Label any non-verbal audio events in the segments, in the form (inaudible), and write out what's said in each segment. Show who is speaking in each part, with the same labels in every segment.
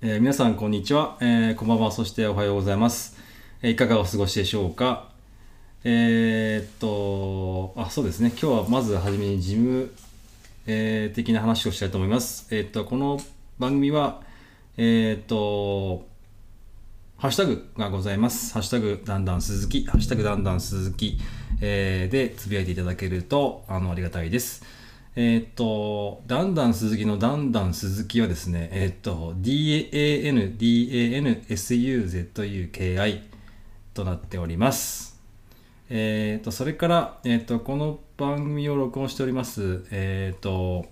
Speaker 1: えー皆さんこんにちは、えーこんばんはそしておはようございます、えーいかがお過ごしでしょうかえーっとあそうですね今日はまずはじめに事務、えー的な話をしたいと思いますえーっとこの番組はえーっとハッシュタグがございます。ハッシュタグだんだん鈴木、ハッシュタグだんだん鈴木、えーでつぶやいていただけるとあのありがたいです。えーっと、だんだん鈴木のだんだん鈴木はですね、えーっと、DAN、DAN、SUZUKI となっております。えー、とそれから、えー、とこの番組を録音しております、えー、と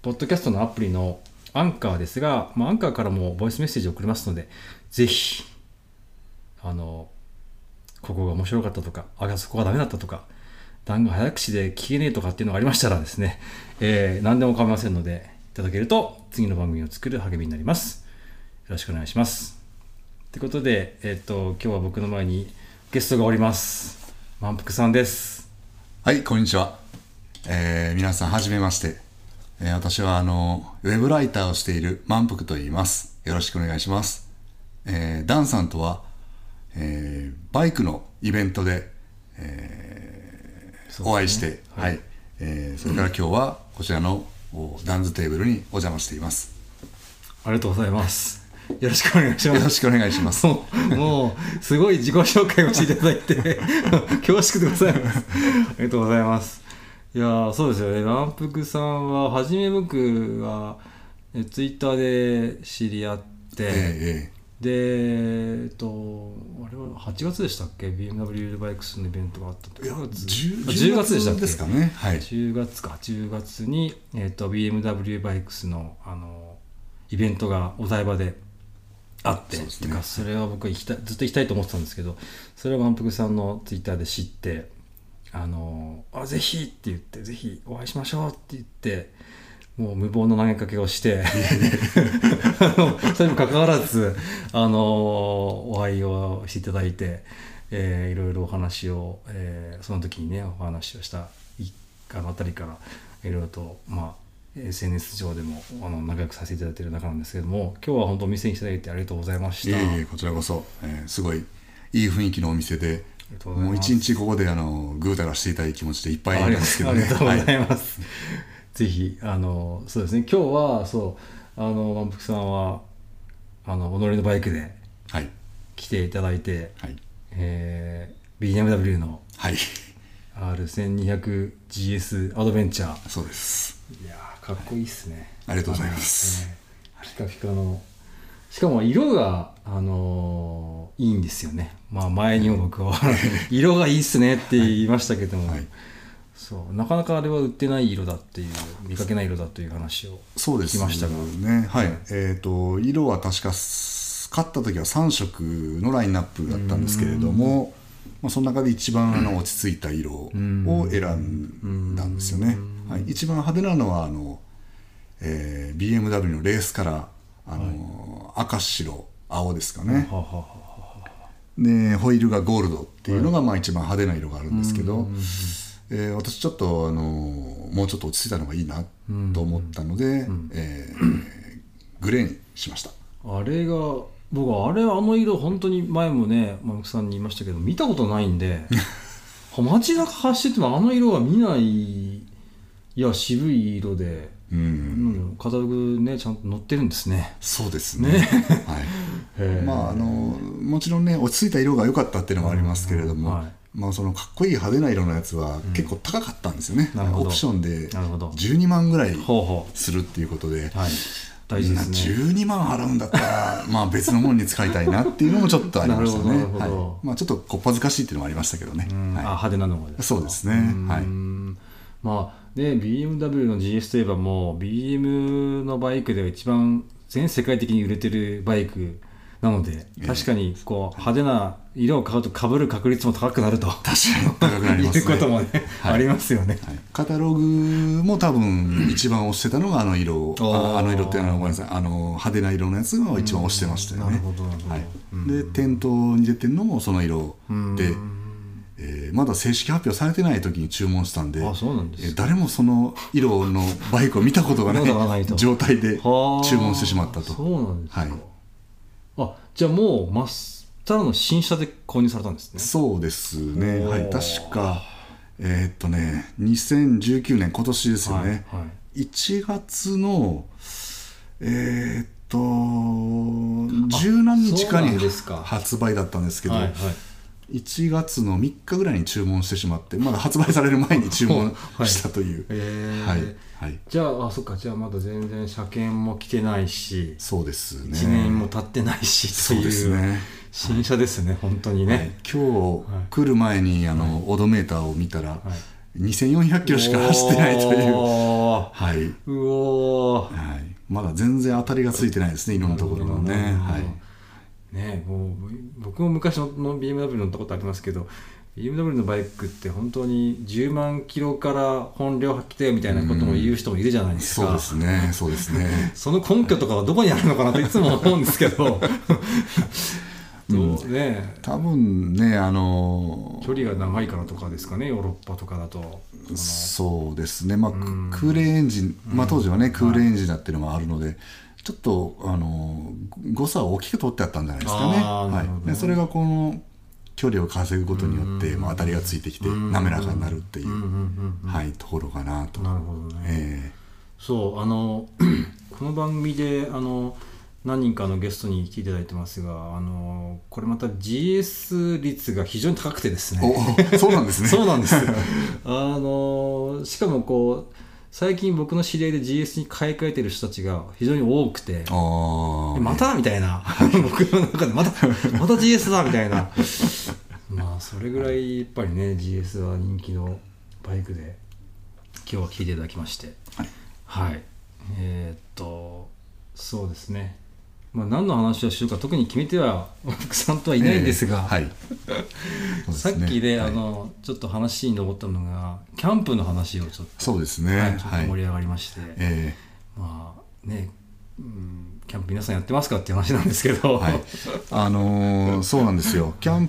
Speaker 1: ポッドキャストのアプリのアンカーですが、まあ、アンカーからもボイスメッセージを送りますのでぜひあのここが面白かったとかあそこがダメだったとか段が早口で聞けねえとかっていうのがありましたらですね、えー何でも構いませんのでいただけると次の番組を作る励みになりますよろしくお願いしますということで、えっと今日は僕の前にゲストがおります満腹さんです
Speaker 2: はい、こんにちは。えー皆さん、はじめまして。えー私は、あの、ウェブライターをしている満腹と言います。よろしくお願いします。えーダンさんとは、えーバイクのイベントで、えーお会いして、はい、えーそれから今日は、こちらの、おダンズテーブルにお邪魔しています。
Speaker 1: ありがとうございますよろしくお (laughs) 願いしま
Speaker 2: よろ
Speaker 1: す
Speaker 2: しくお願いします。
Speaker 1: もうもうすごい自己紹介をしていただいて恐縮でございますありがとうございますいやーそうですよね満腹さんは初め僕はツイッターで知り合って、
Speaker 2: えーえ
Speaker 1: でえっとあれは8月でしたっけ BMW バイクスのイベントがあったと
Speaker 2: ー
Speaker 1: 10
Speaker 2: 10
Speaker 1: 10月でしたっけ
Speaker 2: ですかね。はい。
Speaker 1: 10月か10月に、えー、と BMW バイクスのあのイベントがお台場であって
Speaker 2: そうです
Speaker 1: て
Speaker 2: ね
Speaker 1: かそれは僕行きたいずっと行きたいと思ってたんですけどそれは満腹さんのツイッターで知って「あのあぜひ!」って言って「ぜひお会いしましょう!」って言ってもう無謀な投げかけをしてあの (laughs) それにもかかわらずあのお会いをしていただいて、えーいろいろお話を、えーその時にねお話をした一家のあたりからいろいろと、まあ、SNS 上でもあの仲良くさせていただいている中なんですけども今日は本当お店に来ていただいてありがとうございまし
Speaker 2: い
Speaker 1: た。
Speaker 2: えいえこちらこそ、えーすごいいい雰囲気のお店で
Speaker 1: りがとうござい
Speaker 2: もう
Speaker 1: ます
Speaker 2: 一日ここであのぐうたらしていたい気持ちでいっぱいな
Speaker 1: あ
Speaker 2: ん
Speaker 1: り
Speaker 2: で
Speaker 1: が
Speaker 2: すけ
Speaker 1: とうあ
Speaker 2: ど
Speaker 1: り
Speaker 2: ね
Speaker 1: がとうござ
Speaker 2: はい
Speaker 1: ます。ぜひあのそうですね今日はそうあの満腹さんはあの己のバイクで
Speaker 2: はい
Speaker 1: 来ていただいて、
Speaker 2: はい
Speaker 1: えー BMW の
Speaker 2: はい
Speaker 1: R1200GS アドベンチャー
Speaker 2: そうです
Speaker 1: いやーかっこいいっすね
Speaker 2: ありがとうございます、
Speaker 1: あのピカピカのしかも色があのーいいんですよねまあ前にも僕 (laughs) は色がいいっすねって言いましたけども、
Speaker 2: はい
Speaker 1: そうなかなかあれは売ってない色だっていう見かけない色だという話を
Speaker 2: そうです
Speaker 1: 聞きましたが
Speaker 2: ねはい、えっ、と色は確かす買った時は3色のラインナップだったんですけれどもまあ、その中で一番あの落ち着いた色を
Speaker 1: ん
Speaker 2: 選んだんですよね、はい、一番派手なのはあの、えー BMW のレースカラーあの、赤白青ですかね、
Speaker 1: はあはあはあ
Speaker 2: でホイールがゴールドっていうのがまあ一番派手な色があるんですけど、えー私ちょっと、あのーもうちょっと落ち着いたのがいいなと思ったので、えーグレーにしました
Speaker 1: あれが僕はあれあの色本当に前もねマムクさんに言いましたけど見たことないんで街中走っててもあの色は見ないいや渋い色で、
Speaker 2: うん
Speaker 1: うん、カタログねちゃんと載ってるんですね
Speaker 2: そうですね
Speaker 1: (laughs)
Speaker 2: はい、まああのーもちろんね落ち着いた色が良かったっていうのもありますけれども、
Speaker 1: うんはい
Speaker 2: まあ、そのかっこいい派手な色のやつは結構高かったんですよね、
Speaker 1: なるほど
Speaker 2: オプションで
Speaker 1: なるほど
Speaker 2: 12万ぐらい
Speaker 1: ほうほ
Speaker 2: するっていうことで、
Speaker 1: うはい大事ですね
Speaker 2: 12万払うんだったらまあ別のものに使いたいなっていうのもちょっとありました
Speaker 1: (laughs) な
Speaker 2: ね
Speaker 1: るほどなるほど
Speaker 2: はいまあ、ちょっとこっぱずかしいっていうのもありましたけどね、
Speaker 1: うんあ
Speaker 2: は
Speaker 1: 派手なのがで
Speaker 2: い、
Speaker 1: すか
Speaker 2: そうですね
Speaker 1: うん
Speaker 2: はい、
Speaker 1: まあで BMW の GS といえばもう BM のバイクでは一番全世界的に売れてるバイクなので
Speaker 2: え
Speaker 1: 確かにこう派手な色を買うと被る確率も高くなると
Speaker 2: 確かに高くなりま
Speaker 1: (laughs)
Speaker 2: す
Speaker 1: い
Speaker 2: ね
Speaker 1: うこともね、ありますよね。
Speaker 2: はいカタログも多分一番押してたのがあの色
Speaker 1: あー
Speaker 2: ああの色っていうのはごめんなさいあの派手な色のやつが一番押してましたよね、
Speaker 1: どなるほ
Speaker 2: はい、で店頭に出てるのもその色で、えーまだ正式発表されてない時に注文したんで
Speaker 1: あそうなんです
Speaker 2: えー誰もその色のバイクを見たことがな
Speaker 1: まだわない
Speaker 2: い
Speaker 1: と
Speaker 2: 状態で注
Speaker 1: はあ
Speaker 2: 文してしまった
Speaker 1: そ
Speaker 2: と
Speaker 1: うなんですか、
Speaker 2: はい
Speaker 1: あじゃあもうまっさらの新車で購入されたんですね
Speaker 2: そうですね
Speaker 1: おー
Speaker 2: はい確かえーっとね2019年今年ですよね、
Speaker 1: はいはい
Speaker 2: 1月のえーっと十何日か
Speaker 1: そうな
Speaker 2: に
Speaker 1: んですか
Speaker 2: 発売だったんですけど、
Speaker 1: はいはい
Speaker 2: 1月の3日ぐらいに注文してしまってまだ発売される前に注文
Speaker 1: はい
Speaker 2: したという、
Speaker 1: えー
Speaker 2: はいはい、
Speaker 1: じゃああそっかじゃあまだ全然車検も来てないし、
Speaker 2: そうですね
Speaker 1: 1年も経ってないしと
Speaker 2: そう
Speaker 1: い
Speaker 2: です
Speaker 1: う
Speaker 2: ね
Speaker 1: 新車ですね、本当にね、
Speaker 2: はい今日来る前にあの、オードメーターを見たら、2400キロしか走ってないという、
Speaker 1: おー
Speaker 2: はいはいう
Speaker 1: おー
Speaker 2: まだ全然当たりがついてないですねいろんなところのね、
Speaker 1: なるほど
Speaker 2: はい、
Speaker 1: ねもう僕も昔の BMW 乗ったことありますけど BMW のバイクって本当に10万キロから本領発揮だよみたいなことも言う人もいるじゃないですか、
Speaker 2: そうですねそうです
Speaker 1: (laughs)
Speaker 2: ね
Speaker 1: その根拠とかはどこにあるのかなといつも思うんですけ
Speaker 2: (laughs)
Speaker 1: どそうね
Speaker 2: 多分ねあの
Speaker 1: 距離が長いからとかですかねヨーロッパとかだと
Speaker 2: そうですねまあ、
Speaker 1: ん
Speaker 2: クーレーエンジン、まあ、当時はねクーレーエンジンだっていうのもあるので、ちょっとあの誤差を大きく取ってあったんじゃないですかね,、
Speaker 1: あーなるほ
Speaker 2: は
Speaker 1: ど
Speaker 2: い、でそれがこの距離を稼ぐことによって、
Speaker 1: うん
Speaker 2: まあ、当たりがついてきて
Speaker 1: うん
Speaker 2: 滑らかになるっていう、
Speaker 1: うんうんうん
Speaker 2: はい、ところかなと。
Speaker 1: なるほどね、
Speaker 2: え
Speaker 1: そうあの (clears throat) この番組であの何人かのゲストに来ていただいてますがあのこれまた GS 率が非常に高くてです
Speaker 2: え
Speaker 1: ね
Speaker 2: おそうなんですね。
Speaker 1: そうなんですあのしかもこう最近僕の知り合いで GS に買い替えてる人たちが非常に多くて
Speaker 2: あー
Speaker 1: えまたみたいな (laughs) 僕の中でまたまた GS だみたいなまあそれぐらいやっぱりね GS は人気のバイクで今日は聞いていただきまして
Speaker 2: はい
Speaker 1: はいえーっとそうですねまあ何の話をしようか特に決めては奥さんとはいないんですが、
Speaker 2: ええはい。
Speaker 1: さっきで、
Speaker 2: そう
Speaker 1: あ
Speaker 2: すねはい
Speaker 1: のちょっと話に上ったのがキャンプの話をちょっと,、
Speaker 2: そうですね。
Speaker 1: はい、ちょっと盛
Speaker 2: はい。
Speaker 1: り上がりまして、
Speaker 2: え
Speaker 1: まあね、うん、キャンプ皆さんやってますかっていう話なんですけど、。
Speaker 2: えはいあのーそうなんですよ。キャン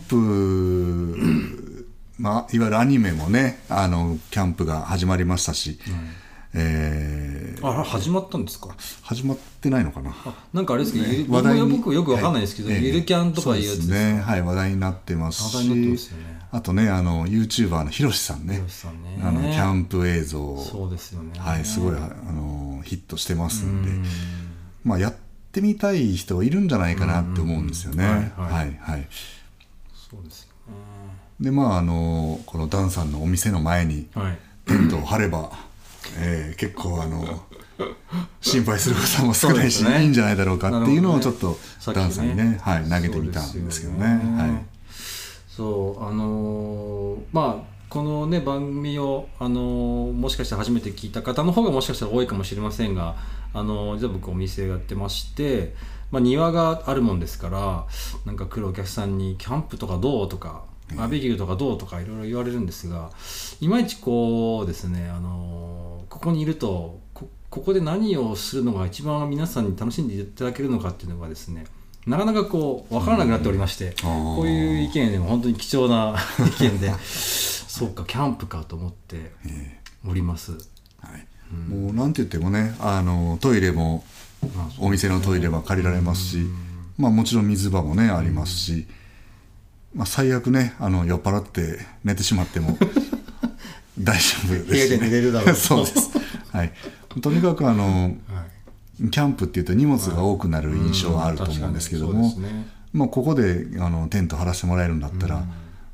Speaker 2: プ、まあいわゆるアニメもね、あのキャンプが始まりましたし、ええ
Speaker 1: あ始まったんですか
Speaker 2: 始まってないのかな。
Speaker 1: なんかあれですけど、ゆる
Speaker 2: 話
Speaker 1: 僕
Speaker 2: 題
Speaker 1: も
Speaker 2: に
Speaker 1: 僕よくわかんないですけど、
Speaker 2: はええ
Speaker 1: ゆるキャンとかいうや
Speaker 2: そ
Speaker 1: つ
Speaker 2: ですね。はい、話題になってます
Speaker 1: 話題になってます
Speaker 2: し
Speaker 1: よね、
Speaker 2: あとね、あの YouTuber のひろしさんね
Speaker 1: ひろしさんね
Speaker 2: あのキャンプ映像
Speaker 1: そうですよね
Speaker 2: はい、すごいあのヒットしてますんで、
Speaker 1: うん
Speaker 2: まあ、やってみたい人いるんじゃないかなって思うんですよね。
Speaker 1: うん
Speaker 2: は
Speaker 1: うん
Speaker 2: い、
Speaker 1: はいは
Speaker 2: はいい、
Speaker 1: そうです
Speaker 2: で、まあ、あのこのダンさんのお店の前に
Speaker 1: よねはい
Speaker 2: テントを張れば、えー結構あの心配することも少ないし、
Speaker 1: そうですね
Speaker 2: いいんじゃないだろうかっていうのをちょっと、
Speaker 1: なるほどね
Speaker 2: ダンさんにね
Speaker 1: さっ
Speaker 2: は
Speaker 1: き
Speaker 2: い、
Speaker 1: ね
Speaker 2: 投げてみたんですけど
Speaker 1: そうですよ
Speaker 2: ね。はい
Speaker 1: そうあのーまあこのね番組を、あのーもしかしたら初めて聞いた方の方がもしかしたら多いかもしれませんが、あのー実は僕お店やってまして、まあ、庭があるもんですからなんか来るお客さんに「キャンプとかどう?」とか「バーベキューとかどう?」とかいろいろ言われるんですがいまいちこうですね、あのーここにいるとこここで何をするのが一番皆さんに楽しんでいただけるのかっていうのがですねなかなかこう分からなくなっておりまして、
Speaker 2: あー
Speaker 1: こういう意見でも本当に貴重な (laughs) 意見でそうかキャンプかと思って
Speaker 2: え
Speaker 1: おります、
Speaker 2: ーはいもうなんて言ってもねあのトイレも
Speaker 1: まあそう
Speaker 2: お店のトイレは借りられますし、まあ、もちろん水場もねありますし、まあ、最悪ねあの酔っ払って寝てしまっ
Speaker 1: (laughs)
Speaker 2: ても大丈夫です、ね、
Speaker 1: 部屋で寝れるだろうと
Speaker 2: (laughs) そうです、はい、とにかくあの
Speaker 1: はい
Speaker 2: キャンプっていうと荷物が多くなる印象はあると
Speaker 1: 確
Speaker 2: 思
Speaker 1: か
Speaker 2: うん
Speaker 1: に
Speaker 2: ですけど
Speaker 1: そ
Speaker 2: も
Speaker 1: う、ですね
Speaker 2: まあ、ここであのテント張らせてもらえるんだったら、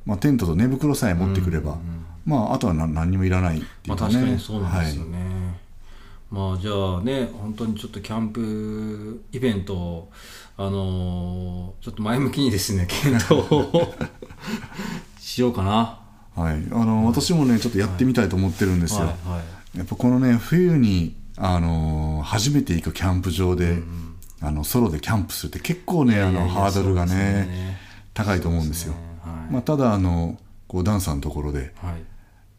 Speaker 2: まあ、テントと寝袋さえ持ってくれば、まあ、あとは何何にもいらないってい
Speaker 1: まあ
Speaker 2: うか
Speaker 1: 確
Speaker 2: ね、
Speaker 1: かにそうなんですよ
Speaker 2: はい
Speaker 1: ね、まあじゃあね本当にちょっとキャンプイベントをあのーちょっと前向きにですね (laughs) 検討をしようかな
Speaker 2: はい、あの私もねちょっとやってみたいと思ってるんですよ、
Speaker 1: はいはい
Speaker 2: やっぱこのね冬に、あのー初めて行くキャンプ場で、あのソロでキャンプするって結構ねあ
Speaker 1: いや
Speaker 2: の
Speaker 1: いや
Speaker 2: ハードルが
Speaker 1: そうですよ
Speaker 2: ね
Speaker 1: ね
Speaker 2: 高いと思うんですよ。
Speaker 1: ねはい、
Speaker 2: まあ、ただあのこうダンさんのところで、
Speaker 1: はい、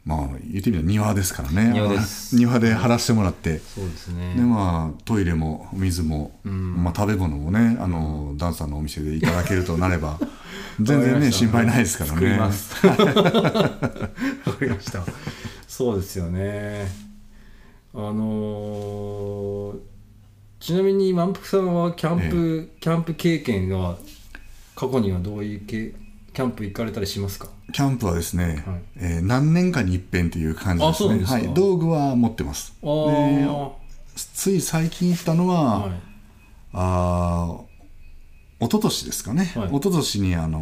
Speaker 2: まあ言ってみれば庭ですからね
Speaker 1: 庭です
Speaker 2: (laughs) 庭で張らせてもらって、
Speaker 1: そうですね
Speaker 2: でまあトイレも水も、
Speaker 1: うん
Speaker 2: まあ、食べ物もねあの、ダンさんのお店でいただけるとなれ
Speaker 1: (laughs)
Speaker 2: ば全
Speaker 1: わか
Speaker 2: 然
Speaker 1: りま
Speaker 2: ね
Speaker 1: した
Speaker 2: 心配ないですからね
Speaker 1: 作ります (laughs) わかりましたそうですよねあのーちなみに満腹さんはキャンプ、キャンプ経験は過去にはどういうけキャンプ行かれたりしますか
Speaker 2: キャンプはですね、
Speaker 1: はい
Speaker 2: えー何年かに一遍という感じで
Speaker 1: あそ
Speaker 2: す
Speaker 1: うなん
Speaker 2: ね
Speaker 1: ですか
Speaker 2: はい、道具は持ってます
Speaker 1: あー
Speaker 2: つい最近行ったのは、
Speaker 1: はい
Speaker 2: あー一昨年ですかね、
Speaker 1: はい
Speaker 2: 一昨年にあの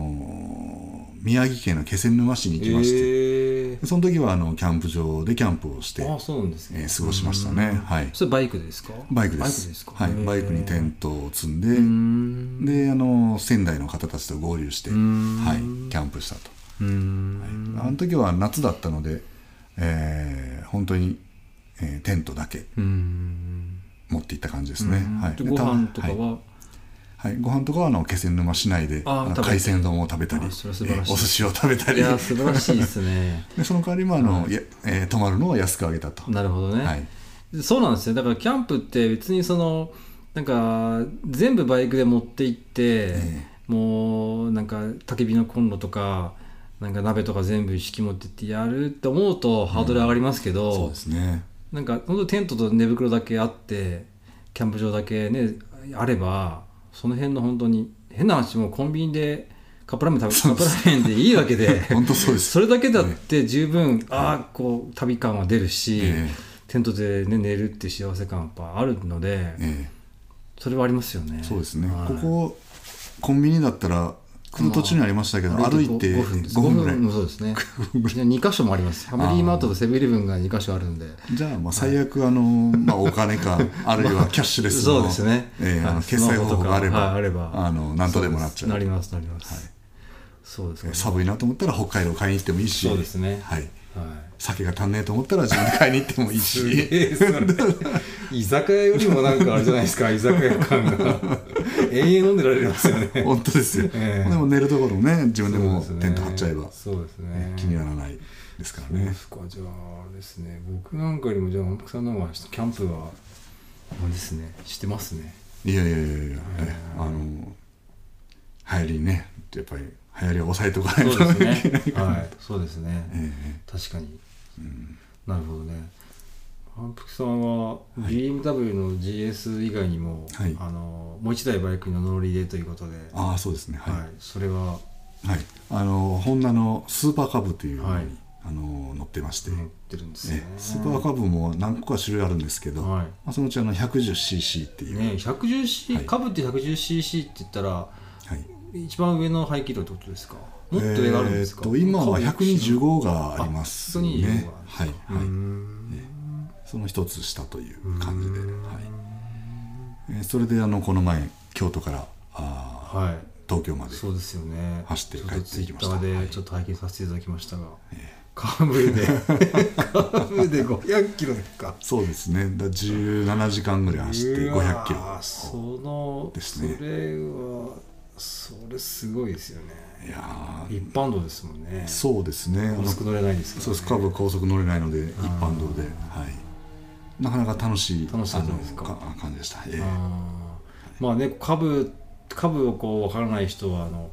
Speaker 2: ー宮城県の気仙沼市に行きまして、
Speaker 1: え
Speaker 2: その時はあのキャンプ場でキャンプをして、
Speaker 1: ー、あそうなんですね、
Speaker 2: えー過ごしましたね、はい、
Speaker 1: それバイクですか
Speaker 2: バイクで
Speaker 1: バイ
Speaker 2: す
Speaker 1: クですか
Speaker 2: はい、
Speaker 1: へー
Speaker 2: バイクにテントを積んで、
Speaker 1: うーん
Speaker 2: であの仙台の方たちと合流して、
Speaker 1: うーん
Speaker 2: はい、キャンプしたと、
Speaker 1: うーん
Speaker 2: あの時は夏だったので、えー本当に、えーテントだけ
Speaker 1: うーん
Speaker 2: 持っていった感じですね、はい、
Speaker 1: で
Speaker 2: で
Speaker 1: ご
Speaker 2: た
Speaker 1: 飯とか
Speaker 2: い
Speaker 1: は、
Speaker 2: はい、ご飯とかはあの気仙沼市内で
Speaker 1: あー
Speaker 2: あ
Speaker 1: 食
Speaker 2: の
Speaker 1: べて
Speaker 2: 海鮮丼を食べたり、え
Speaker 1: あそれは素晴らしい
Speaker 2: ーお寿司を食べた
Speaker 1: い、
Speaker 2: り
Speaker 1: や素晴らしいですね
Speaker 2: でその代わりもあの、いやえー泊まるの (laughs) は安くあげたと、
Speaker 1: なるほどね、
Speaker 2: はい、
Speaker 1: そうなんですよだからキャンプって別にそのなんか全部バイクで持って行って、
Speaker 2: え
Speaker 1: もうなんか焚き火のコンロとかなんか鍋とか全部一式持ってってやるって思うとハードル上がりますけど、
Speaker 2: そうですね
Speaker 1: なんか本当テントと寝袋だけあってキャンプ場だけねあればその辺の本当に変な話もうコンビニでカップラーメン食べカップラーメンでいいわけで
Speaker 2: (laughs) 本当そうです
Speaker 1: それだけだって十分、ああこう旅感は出るし、
Speaker 2: え
Speaker 1: テントで、ね、寝るって幸せ感やっぱあるので、
Speaker 2: ええ
Speaker 1: それはありますよね
Speaker 2: えそうですね、
Speaker 1: はい
Speaker 2: ここコンビニだったら来る途中にありましたけど、歩いて
Speaker 1: 5分です
Speaker 2: 5分ぐらい
Speaker 1: 5もそうですね2箇所もありますファミリーマートとセブンイレブンが2箇所あるんで
Speaker 2: じゃあまあ最
Speaker 1: (laughs)
Speaker 2: 悪、あのまあ、お金かあるいはキャッシュレス
Speaker 1: そう
Speaker 2: の
Speaker 1: ですね
Speaker 2: ええあ
Speaker 1: は
Speaker 2: の
Speaker 1: い
Speaker 2: 決済方法があれば,、
Speaker 1: はいあれば
Speaker 2: あの何とでもなっちゃう
Speaker 1: なりますなります、そうです
Speaker 2: え
Speaker 1: ね
Speaker 2: ー寒いなと思ったら北海道買いに行ってもいいし
Speaker 1: そうですね
Speaker 2: はい、
Speaker 1: は
Speaker 2: 酒が足んねえと思ったら自分で買いに行ってもいい
Speaker 1: いすげ
Speaker 2: し
Speaker 1: えそれ居酒屋よりもなんかあれじゃないですか居酒屋感
Speaker 2: (laughs)
Speaker 1: が永遠飲んでられますよね
Speaker 2: 本当ですよ、
Speaker 1: ええ
Speaker 2: でも寝るところもね自分でも
Speaker 1: そうすね
Speaker 2: テント張っちゃえば、
Speaker 1: そうですね
Speaker 2: ね気にはならないですから
Speaker 1: そうで
Speaker 2: ね
Speaker 1: すかじゃああれですね僕なんかよりもじゃあ奥さんの方がキャンプはあれですねしてますね
Speaker 2: いやいやいやいや、ねあの流行りねやっぱり流行りを抑えておかないと
Speaker 1: ねはいそうですね、
Speaker 2: (laughs) え
Speaker 1: 確かに、なるほどね反復さんは BMW の GS 以外にも、
Speaker 2: はい
Speaker 1: あのもう一台バイクの乗り入れということで、
Speaker 2: えああそうですねはい、
Speaker 1: はいそれは
Speaker 2: はいあのホンダのスーパーカブというのに、
Speaker 1: はい
Speaker 2: あの乗ってまして、
Speaker 1: 乗ってるんですよ
Speaker 2: え
Speaker 1: ね
Speaker 2: えスーパーカブも何個か種類あるんですけど、
Speaker 1: はい
Speaker 2: まあ、そのうちあの 110cc っていう、
Speaker 1: ね 110cc、
Speaker 2: はい
Speaker 1: カブって 110cc って言ったら
Speaker 2: はい、
Speaker 1: 一番上の排気量ってことですかもっと上があるんですか、
Speaker 2: えーっと今は
Speaker 1: 125
Speaker 2: 125がありますね
Speaker 1: 125があ
Speaker 2: は
Speaker 1: る
Speaker 2: い
Speaker 1: んですか
Speaker 2: は
Speaker 1: う
Speaker 2: い、
Speaker 1: ん
Speaker 2: その一つ下という感じで、はいえーそれであのこの前京都からあー
Speaker 1: はい
Speaker 2: 東京まで
Speaker 1: そうですよね
Speaker 2: 走って帰ってきま
Speaker 1: ち
Speaker 2: した
Speaker 1: ょっとツイッターでちょっと拝見させていただきましたが、カブ
Speaker 2: (laughs)
Speaker 1: でカブで500キロですか
Speaker 2: そうですねだ17時間ぐらい走って
Speaker 1: うわ
Speaker 2: 500キロ
Speaker 1: ーその
Speaker 2: ですね
Speaker 1: それはそれすごいですよね
Speaker 2: いやー
Speaker 1: 一般道ですもんね
Speaker 2: そうですねあの
Speaker 1: 高速乗れないですから、ね、
Speaker 2: そうですカーブは高速乗れないので一般道で、はい、なかなか楽しい
Speaker 1: 楽しかったですか
Speaker 2: あのか感じでした、ええ
Speaker 1: あーまあね株株をこう分からない人はあの、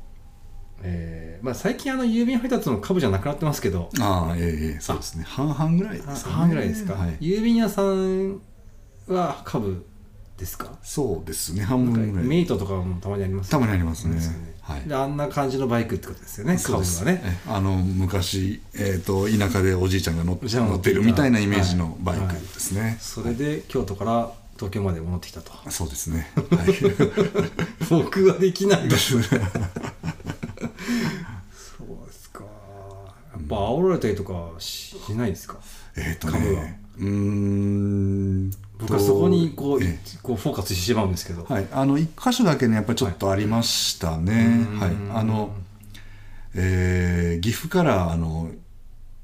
Speaker 1: えーまあ、最近あの郵便配達の株じゃなくなってますけど
Speaker 2: ああええええそうですね半々ぐらいですかね
Speaker 1: 半ぐらいですか、
Speaker 2: はい、
Speaker 1: 郵便屋さんは株ですか
Speaker 2: そうですね半
Speaker 1: なん
Speaker 2: 分
Speaker 1: か
Speaker 2: ぐら
Speaker 1: メ
Speaker 2: い
Speaker 1: イトとかもたまにあります
Speaker 2: た
Speaker 1: よ
Speaker 2: まにありますね
Speaker 1: ですよ
Speaker 2: はい
Speaker 1: であんな感じのバイクってことですよね
Speaker 2: そう
Speaker 1: 株
Speaker 2: です
Speaker 1: はね
Speaker 2: ええあの昔、えー、と田舎でおじいちゃんが乗っ
Speaker 1: おじいちゃんが
Speaker 2: 乗ってるみたいなイメージのバイクですね、
Speaker 1: それで京都から東京まで戻ってきたと
Speaker 2: そうです
Speaker 1: (laughs)
Speaker 2: ね、はい、
Speaker 1: 僕はできないですそうですかやっぱ煽られたりとかししないですか
Speaker 2: (laughs) えっと
Speaker 1: 株は
Speaker 2: ねうーん
Speaker 1: 僕はそこにこう,、
Speaker 2: ええ
Speaker 1: こうフォーカスしてしまうんですけど、
Speaker 2: はい、あの一箇所だけねやっぱりちょっとありましたね。
Speaker 1: は
Speaker 2: はいい、
Speaker 1: うん
Speaker 2: あの、えー岐阜からあの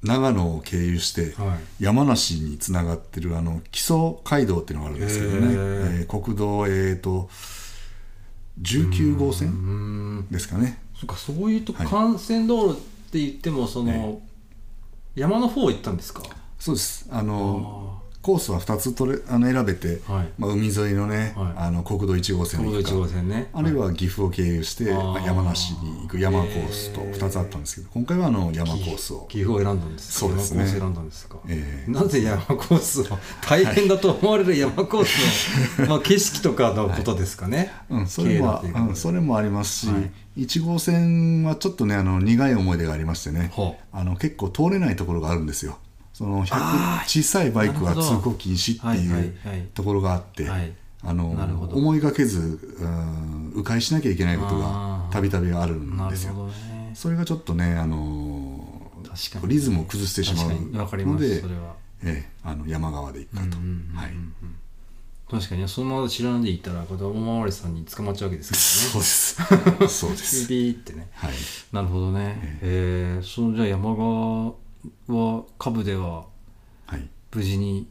Speaker 2: 長野を経由して、
Speaker 1: は
Speaker 2: 山梨につながってるあの木曽街道っていうのがあるんですけどね
Speaker 1: へー、
Speaker 2: えー国道えー、と19号
Speaker 1: う
Speaker 2: 線
Speaker 1: ん
Speaker 2: ですかね。
Speaker 1: そっかそういうと
Speaker 2: はい
Speaker 1: 幹線道路って言ってもその、山の方行ったんですか
Speaker 2: そうですあのコースは2つ取れあの選べて、
Speaker 1: はい
Speaker 2: まあ、海沿いのね、
Speaker 1: はい
Speaker 2: あの国道1号線に
Speaker 1: 国道
Speaker 2: 行
Speaker 1: 1
Speaker 2: くか
Speaker 1: 号線ね
Speaker 2: あるいは岐阜を経由して、
Speaker 1: あー
Speaker 2: 山梨に行く山コースと
Speaker 1: へー
Speaker 2: 2つあったんですけど今回はあの山コースを
Speaker 1: 岐阜を選んだんです
Speaker 2: そうですね
Speaker 1: 山コース選んだんですか、
Speaker 2: ええ
Speaker 1: なぜ山コースを大変だと思われる山コース (laughs) の、まあ景色とかのことですかね、
Speaker 2: うん、それ
Speaker 1: 経営
Speaker 2: も
Speaker 1: だということで
Speaker 2: うんそれもありますし、
Speaker 1: はい
Speaker 2: 1号線はちょっとねあの苦い思い出がありましてね
Speaker 1: ほう
Speaker 2: あの結構通れないところがあるんですよその
Speaker 1: あ
Speaker 2: 100小さいバイクは
Speaker 1: なるほど
Speaker 2: 通行禁止って
Speaker 1: はいはい
Speaker 2: いう
Speaker 1: はい
Speaker 2: ところがあって、
Speaker 1: はい
Speaker 2: あの
Speaker 1: なるほど
Speaker 2: 思いがけず、うん、迂回しなきゃいけないこと
Speaker 1: あ
Speaker 2: が
Speaker 1: ー
Speaker 2: たびたびあるん
Speaker 1: な
Speaker 2: で
Speaker 1: る
Speaker 2: すよ
Speaker 1: ほどね
Speaker 2: それがちょっとね、あのー
Speaker 1: 確かに
Speaker 2: リズムを崩してしま
Speaker 1: 確
Speaker 2: う
Speaker 1: かにわかりま
Speaker 2: の
Speaker 1: す
Speaker 2: で
Speaker 1: それは
Speaker 2: ええ、あの山側で行くかと、
Speaker 1: うんうんうんうん
Speaker 2: はい、
Speaker 1: 確かにそのまま知らないで行ったら子供周りさんに捕まっちゃうわけです
Speaker 2: そう
Speaker 1: か
Speaker 2: で
Speaker 1: (laughs)
Speaker 2: すそうで
Speaker 1: らね
Speaker 2: す
Speaker 1: ピーピーってね
Speaker 2: はい
Speaker 1: なるほどねええそのじゃあ山側は下部では
Speaker 2: はい
Speaker 1: 無事に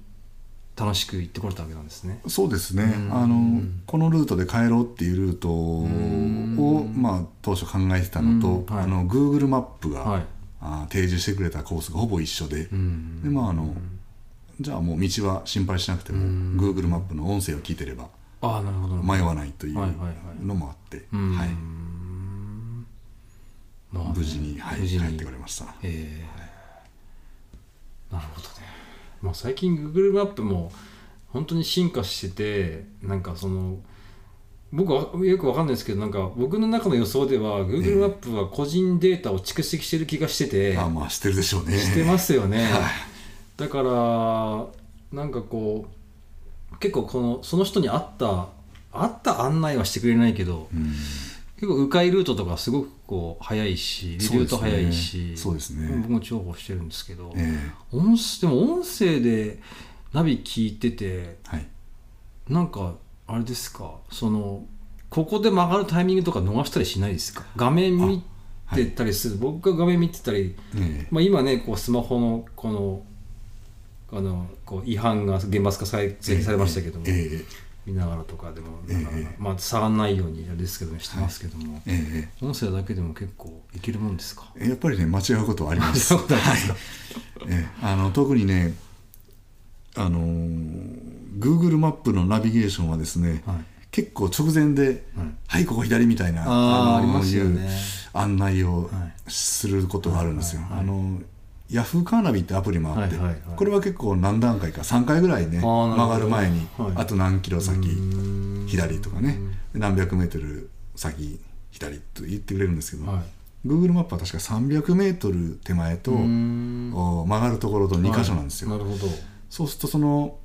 Speaker 1: 楽しく行ってこれたわけなんですね
Speaker 2: そうですね、
Speaker 1: うん
Speaker 2: あのこのルートで帰ろうっていうルートを、
Speaker 1: ん
Speaker 2: まあ、当初考えてたのと、
Speaker 1: うんはい
Speaker 2: あの Google マップが、
Speaker 1: はい
Speaker 2: あー提示してくれたコースがほぼ一緒で、
Speaker 1: うん
Speaker 2: でまああのじゃあもう道は心配しなくても、Google マップの音声を聞いてれば
Speaker 1: ああなるほど
Speaker 2: 迷わないという
Speaker 1: はいはいはい
Speaker 2: のもあって、
Speaker 1: うん
Speaker 2: はい
Speaker 1: まあね
Speaker 2: 無事に,、はい、
Speaker 1: 無事
Speaker 2: 帰っ
Speaker 1: に
Speaker 2: てこれました
Speaker 1: えーなるほどね、まあ、最近 Google マップも本当に進化しててなんかその僕はよくわかんないですけどなんか僕の中の予想では Google マップは個人データを蓄積してる気がしてて、
Speaker 2: あーまあしてるでしょうね
Speaker 1: してますよね、
Speaker 2: はい
Speaker 1: だからなんかこう結構このその人に合った合った案内はしてくれないけど、
Speaker 2: うん
Speaker 1: 結構迂回ルートとかすごくこう早いしリルート早いし
Speaker 2: そうですねそうですね
Speaker 1: 僕も重宝してるんですけど、
Speaker 2: え
Speaker 1: 音声でも音声でナビ聞いてて
Speaker 2: えはい
Speaker 1: なんかあれですかそのここで曲がるタイミングとか逃したりしないですか画面見
Speaker 2: あは
Speaker 1: て
Speaker 2: い
Speaker 1: たりする、僕が画面見てたり、
Speaker 2: ええ
Speaker 1: まあ、今ねこうスマホのこのあのこう違反が厳罰化され制定されましたけども、
Speaker 2: ええ
Speaker 1: 見ながらとかでもなんか、
Speaker 2: ええ
Speaker 1: まあ、触らないようにあれですけどねしてますけども。
Speaker 2: えええ
Speaker 1: 音声だけでも結構いけるもんですか
Speaker 2: えやっぱりね間違うこと (laughs) はあります
Speaker 1: 間違うことありますか
Speaker 2: はいええあの特にねあのー Google マップのナビゲーションはですね、
Speaker 1: はい
Speaker 2: 結構直前で「
Speaker 1: はい
Speaker 2: はいここ左」みたいな
Speaker 1: あーありますよね
Speaker 2: いう案内を
Speaker 1: はい
Speaker 2: することがあるんですよ。
Speaker 1: はいはい
Speaker 2: あのヤフーカーナビってアプリもあって、
Speaker 1: はいはいはい
Speaker 2: これは結構何段階か3回ぐらいね
Speaker 1: あーなるほど
Speaker 2: 曲がる前に、
Speaker 1: はい
Speaker 2: あと何キロ先
Speaker 1: ん
Speaker 2: 左とかねで何百メートル先左と言ってくれるんですけど、
Speaker 1: は
Speaker 2: Google マップは確か300メートル手前と
Speaker 1: いうん
Speaker 2: お曲がるところと2箇所なんですよ、
Speaker 1: はいなるほど
Speaker 2: そうするとその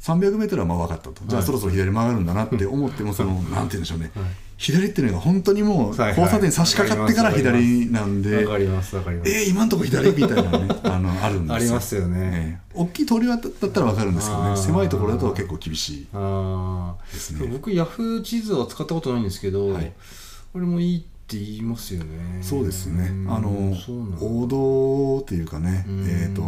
Speaker 2: 300メートルはまあ分かったと、じゃ
Speaker 1: は
Speaker 2: あ
Speaker 1: い
Speaker 2: そろそろ左曲がるんだなって思ってもそのなんて言うんでしょうね、
Speaker 1: はい
Speaker 2: 左っていうのが本当にもう
Speaker 1: はいはい
Speaker 2: 交差点に差し掛かってから
Speaker 1: わかります
Speaker 2: 左なんで、
Speaker 1: わかりますわかります、
Speaker 2: えー、今んとこ左みたいな
Speaker 1: (laughs)
Speaker 2: ねあのあるんですよ
Speaker 1: ありますよね、
Speaker 2: ええ大きい通りはだったら分かるんですけど
Speaker 1: あー
Speaker 2: ね狭いところだと結構厳しい
Speaker 1: ああ
Speaker 2: ですね
Speaker 1: 僕ヤフー地図は使ったことないんですけど、
Speaker 2: はい
Speaker 1: これもいいって言いますよね
Speaker 2: そうですね
Speaker 1: ん
Speaker 2: あの
Speaker 1: そうなんだ
Speaker 2: 王道っていうかね
Speaker 1: うん
Speaker 2: えっ、と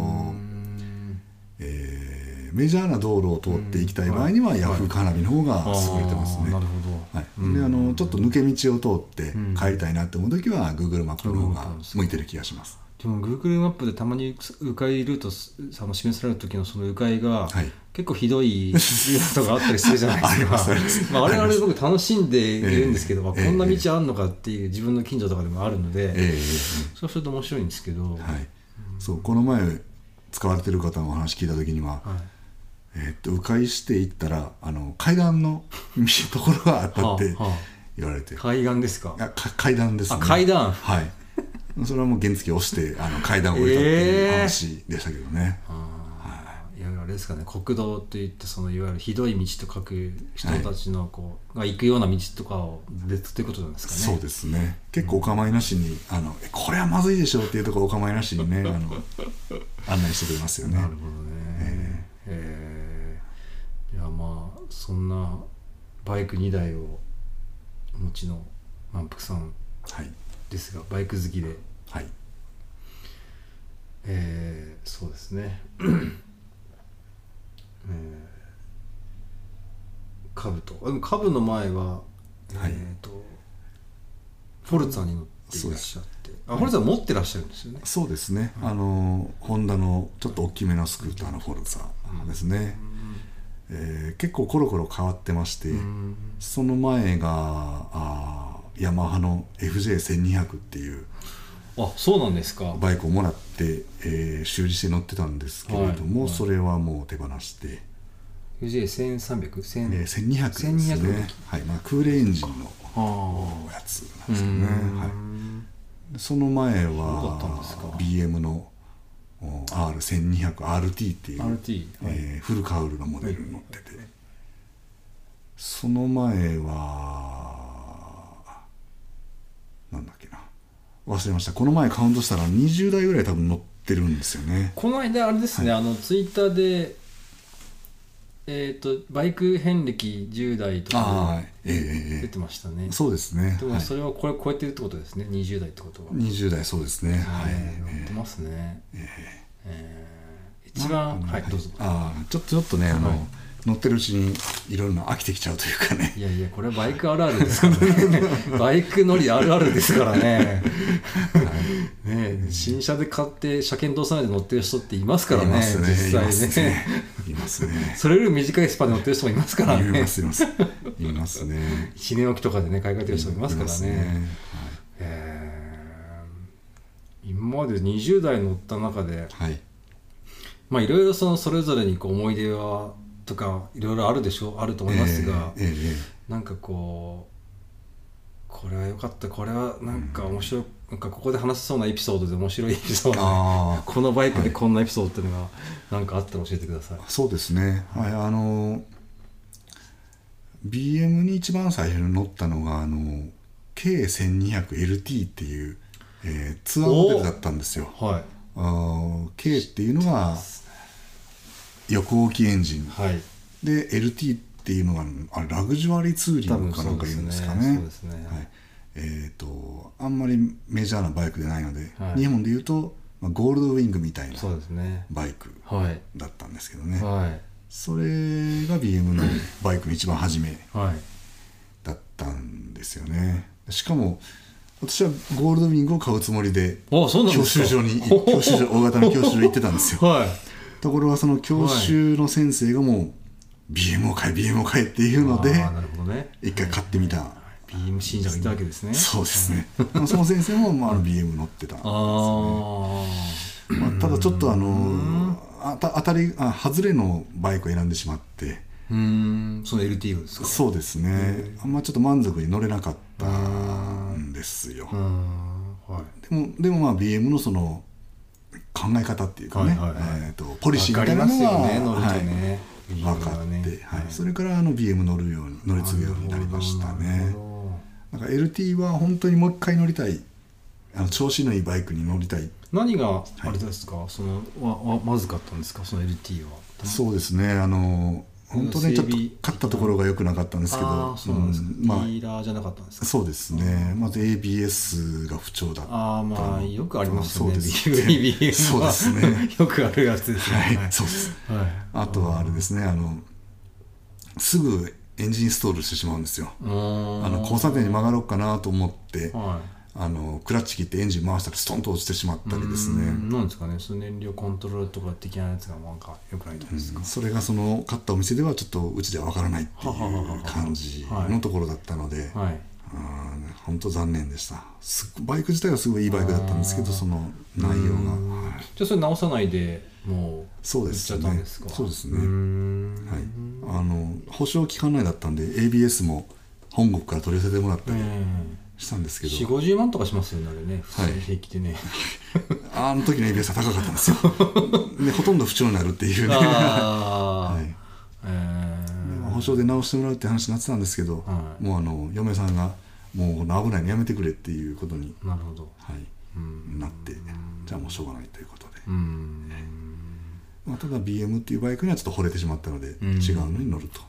Speaker 2: えーメジャーな道路を通っていきたい場合には
Speaker 1: うん
Speaker 2: ヤフーカーナビの方が優れてます
Speaker 1: あ
Speaker 2: ね。
Speaker 1: ーな
Speaker 2: は
Speaker 1: るほど、
Speaker 2: い、であのちょっと抜け道を通って
Speaker 1: うん
Speaker 2: 帰りたいなって思う時は Google マップの方
Speaker 1: そう
Speaker 2: が
Speaker 1: なんですね
Speaker 2: 向いてる気がします。
Speaker 1: でも Google マップでたまに迂回ルートすあの示される時のその迂回が、
Speaker 2: はい
Speaker 1: 結構ひどいルートがあったりするじゃないです
Speaker 2: (laughs) あります
Speaker 1: か
Speaker 2: あります
Speaker 1: まああれはあれで僕楽しんでいるんですけど、
Speaker 2: ええ
Speaker 1: まあこんな道あんのかっていう自分の近所とかでもあるので、
Speaker 2: え
Speaker 1: そうすると面白いんですけど、
Speaker 2: えはい、そうこの前使われてる方のお話聞いた時には、
Speaker 1: はい
Speaker 2: えーっと迂回していったらあの階段の (laughs) ところがあったって
Speaker 1: はあはあ
Speaker 2: 言われて、
Speaker 1: 海岸ですか
Speaker 2: あか階段ですね。
Speaker 1: あ階段
Speaker 2: はい。 (laughs) それはもう原付を押してあの階段を降りたっていう話でしたけどね。
Speaker 1: あーいやあれですかね国道といってそのいわゆるひどい道と書く人たちのこう、が行くような道とかを別ということなんですかね
Speaker 2: そうですね。結構お構いなしに、あのえこれはまずいでしょうっていうところお構いなしにね、あの
Speaker 1: (laughs)
Speaker 2: 案内してくれますよね
Speaker 1: な。るほどね。えーいやまあそんなバイク2台をお持ちの満腹さん
Speaker 2: はい
Speaker 1: ですがバイク好きで、
Speaker 2: はい
Speaker 1: えーそうですね、 (clears throat) えー、カブとでもカブの前は、
Speaker 2: はい
Speaker 1: えーとフォルツァに乗って
Speaker 3: っていらっしゃってあ堀さん持ってらっしゃるんですよね
Speaker 2: そうですね、あのホンダのちょっと大きめのスクーターのフォルツァですね、えー結構コロコロ変わってまして、その前があーヤマハの FJ1200 っていう
Speaker 1: あそうなんですか
Speaker 2: バイクをもらって、えー修理して乗ってたんですけれど
Speaker 1: はい
Speaker 2: も、
Speaker 1: はい
Speaker 2: それはもう手放して、えー
Speaker 1: FJ1300
Speaker 2: 1200ですね
Speaker 1: 1200
Speaker 2: はいまあ、クールエンジンの
Speaker 1: は
Speaker 2: やつなんですよね、はい、その前
Speaker 1: そうだったんですか
Speaker 2: は BM の R1200RT っていう、
Speaker 1: あ RT はい
Speaker 2: えーフルカウルのモデルに乗ってて、その前はなんだっけな忘れましたこの前カウントしたら20台ぐらい多分乗ってるんですよね
Speaker 1: この間あれですね、あのツイッターでえっ、とバイク遍歴10代と
Speaker 2: ああ
Speaker 1: か
Speaker 2: はいええ
Speaker 1: 出
Speaker 2: え
Speaker 1: てましたね、
Speaker 2: えそうですね
Speaker 1: で
Speaker 2: は
Speaker 1: も
Speaker 2: い
Speaker 1: それをこれ超えてるってことですね20代ってことは、
Speaker 2: 20代そうですねはい、
Speaker 1: うんや
Speaker 2: え
Speaker 1: っ
Speaker 2: え
Speaker 1: てますね、えー一番はいどうぞ、
Speaker 2: ああちょっとちょっとねあの、
Speaker 1: はい
Speaker 2: 乗ってるうちにいろいろな飽きてきちゃうというかね
Speaker 1: いやいやこれはバイクあるあるですからね
Speaker 2: (laughs)
Speaker 1: バイク乗りあるあるですからねねえ新車で買って車検通さないで乗ってる人っていますから
Speaker 2: い
Speaker 1: ね
Speaker 2: ますね
Speaker 1: 実
Speaker 2: いま
Speaker 1: 際
Speaker 2: す
Speaker 1: ね
Speaker 2: ねいますね
Speaker 1: それより短いスパンで乗ってる人もいますから
Speaker 2: い
Speaker 1: ね
Speaker 2: ますいま
Speaker 1: (laughs)
Speaker 2: すいますね
Speaker 1: 1年おきとかでね買い替えてる人もいますからね
Speaker 2: いますね
Speaker 1: えー今まで20代乗った中で
Speaker 2: はい
Speaker 1: まあいろいろそのそれぞれにこう思い出はとかいろいろあるでしょうあると思いますが、
Speaker 2: えええええ
Speaker 1: なんかこうこれは良かったこれはなんか面白い、なんかここで話せそうなエピソードで面白いエピソー
Speaker 2: え
Speaker 1: ド
Speaker 2: あ
Speaker 1: このバイクでこんなエピソードっていうのがなんかあったら教えてください
Speaker 2: あそうですねはいあの BM に一番最初に乗ったのがあの K1200LT っていう、えーツアーモデルだったんですよ
Speaker 1: はい
Speaker 2: あー K っていうのが横置きエンジン
Speaker 1: はい
Speaker 2: で LT っていうのがあれラグジュアリーツーリ
Speaker 1: 多
Speaker 2: ン
Speaker 1: 分
Speaker 2: グか
Speaker 1: そ
Speaker 2: なん
Speaker 1: う
Speaker 2: か
Speaker 1: で
Speaker 2: 言う
Speaker 1: すね
Speaker 2: んです
Speaker 1: そ
Speaker 2: か
Speaker 1: う
Speaker 2: ね
Speaker 1: ですね
Speaker 2: はいえっ、とあんまりメジャーなバイクでないので、
Speaker 1: はい
Speaker 2: 日本で言うと、まあ、ゴールドウィングみたいな
Speaker 1: そうですね
Speaker 2: バイク
Speaker 1: はい
Speaker 2: だったんですけどね、
Speaker 1: は
Speaker 2: それが BM のバイクの一番初め
Speaker 1: いはい
Speaker 2: だったんですよねしかも私はゴールドウィングを買うつもりで
Speaker 1: あそうなん
Speaker 2: 教
Speaker 1: ですか
Speaker 2: 習所に教習所大型の教習所行ってたんです
Speaker 1: (laughs)
Speaker 2: よ
Speaker 1: はい
Speaker 2: ところがその教習の先生がもう BM を買え BM を買えっていうので
Speaker 1: あーなるほどね
Speaker 2: 一回買ってみた、
Speaker 1: ビーム信者がいたわけですね
Speaker 2: そうですね、その先生も、まあ、BM 乗ってたんです
Speaker 1: あ
Speaker 2: よね、まあ、ただちょっとあのあた当たりあ外れのバイクを選んでしまって
Speaker 1: あうーんその LT をですか
Speaker 2: そうですねあんまちょっと満足に乗れなかったんですよ
Speaker 1: うーんはい
Speaker 2: でもでもまあ BM のその考え方っていうかね、
Speaker 1: はいはいはい
Speaker 2: えー、とポリシー
Speaker 1: わ
Speaker 2: み
Speaker 1: か
Speaker 2: た
Speaker 1: り
Speaker 2: いな
Speaker 1: ますよ
Speaker 2: のが
Speaker 1: ね乗ると
Speaker 2: はい
Speaker 1: ね、理由
Speaker 2: 分か
Speaker 1: が
Speaker 2: って、
Speaker 1: ね
Speaker 2: はいそれからあの BM 乗るように乗り継ぐようになりました
Speaker 1: なる
Speaker 2: ね
Speaker 1: ほ
Speaker 2: なんか LT は本当にもう一回乗りたいあの調子のいいバイクに乗りたい
Speaker 1: ど何があれですか、そのわわまずかったんですかその LT は
Speaker 2: そうですねあの本当ねち
Speaker 1: 整
Speaker 2: ょっと
Speaker 1: 備
Speaker 2: 勝ったところが良くなかったんですけど
Speaker 1: ああそうなんですか、
Speaker 2: うんまあ
Speaker 1: ディーラーじゃなかったんですか
Speaker 2: そうですねまず ABS が不調だった
Speaker 1: ああまあよくありますよね
Speaker 2: そうです
Speaker 1: BBM は
Speaker 2: そうですね
Speaker 1: よくあるやつですね
Speaker 2: はい、そうです
Speaker 1: はい、はい、
Speaker 2: あとはあれですねあのすぐエンジンインストールしてしまうんですよ
Speaker 1: うーん
Speaker 2: あの交差点に曲がろうかなと思って
Speaker 1: は
Speaker 2: あのクラッチ切ってエンジン回したらストンと落ちてしまっ
Speaker 1: い
Speaker 2: たりです
Speaker 1: うー
Speaker 2: ね
Speaker 1: んなんですかねその燃料コントロールとか的なやつがなんかよくないと思うんですか、
Speaker 2: それがその買ったお店ではちょっとうちではわからないってい
Speaker 1: はははは
Speaker 2: う
Speaker 1: は
Speaker 2: 感じ
Speaker 1: はい
Speaker 2: のところだったので
Speaker 1: はい
Speaker 2: 本当残念でしたすバイク自体はすごいいいバイクだったんですけどその内容がはい
Speaker 1: じゃあそれ直さないでもう
Speaker 2: そうで
Speaker 1: 売
Speaker 2: す
Speaker 1: っちゃったん
Speaker 2: ね
Speaker 1: ですか
Speaker 2: そうです
Speaker 1: うー
Speaker 2: ね
Speaker 1: ん
Speaker 2: はいあの保証期間内だったんで ABS も本国から取り寄せてもらっ
Speaker 1: う
Speaker 2: たり
Speaker 1: ん
Speaker 2: したんですけど
Speaker 1: 4 5 0万とかしますよねあれね普
Speaker 2: は
Speaker 1: 通
Speaker 2: い
Speaker 1: に平気でね、
Speaker 2: あの時の ABS は高かった
Speaker 1: (laughs)
Speaker 2: んですよ。でほとんど不調になるっていうね。
Speaker 1: ああ、
Speaker 2: (laughs) は
Speaker 1: はいえー
Speaker 2: 保証で直してもらうって話になってたんですけど、
Speaker 1: はい
Speaker 2: もうあの嫁さんがもうこの危ないのやめてくれっていうことに、
Speaker 1: なるほど
Speaker 2: はい
Speaker 1: うん
Speaker 2: なってじゃあもうしょうがないということで、
Speaker 1: うん
Speaker 2: まあ、ただ BM っていうバイクにはちょっと惚れてしまったので、
Speaker 1: ん
Speaker 2: 違うのに乗ると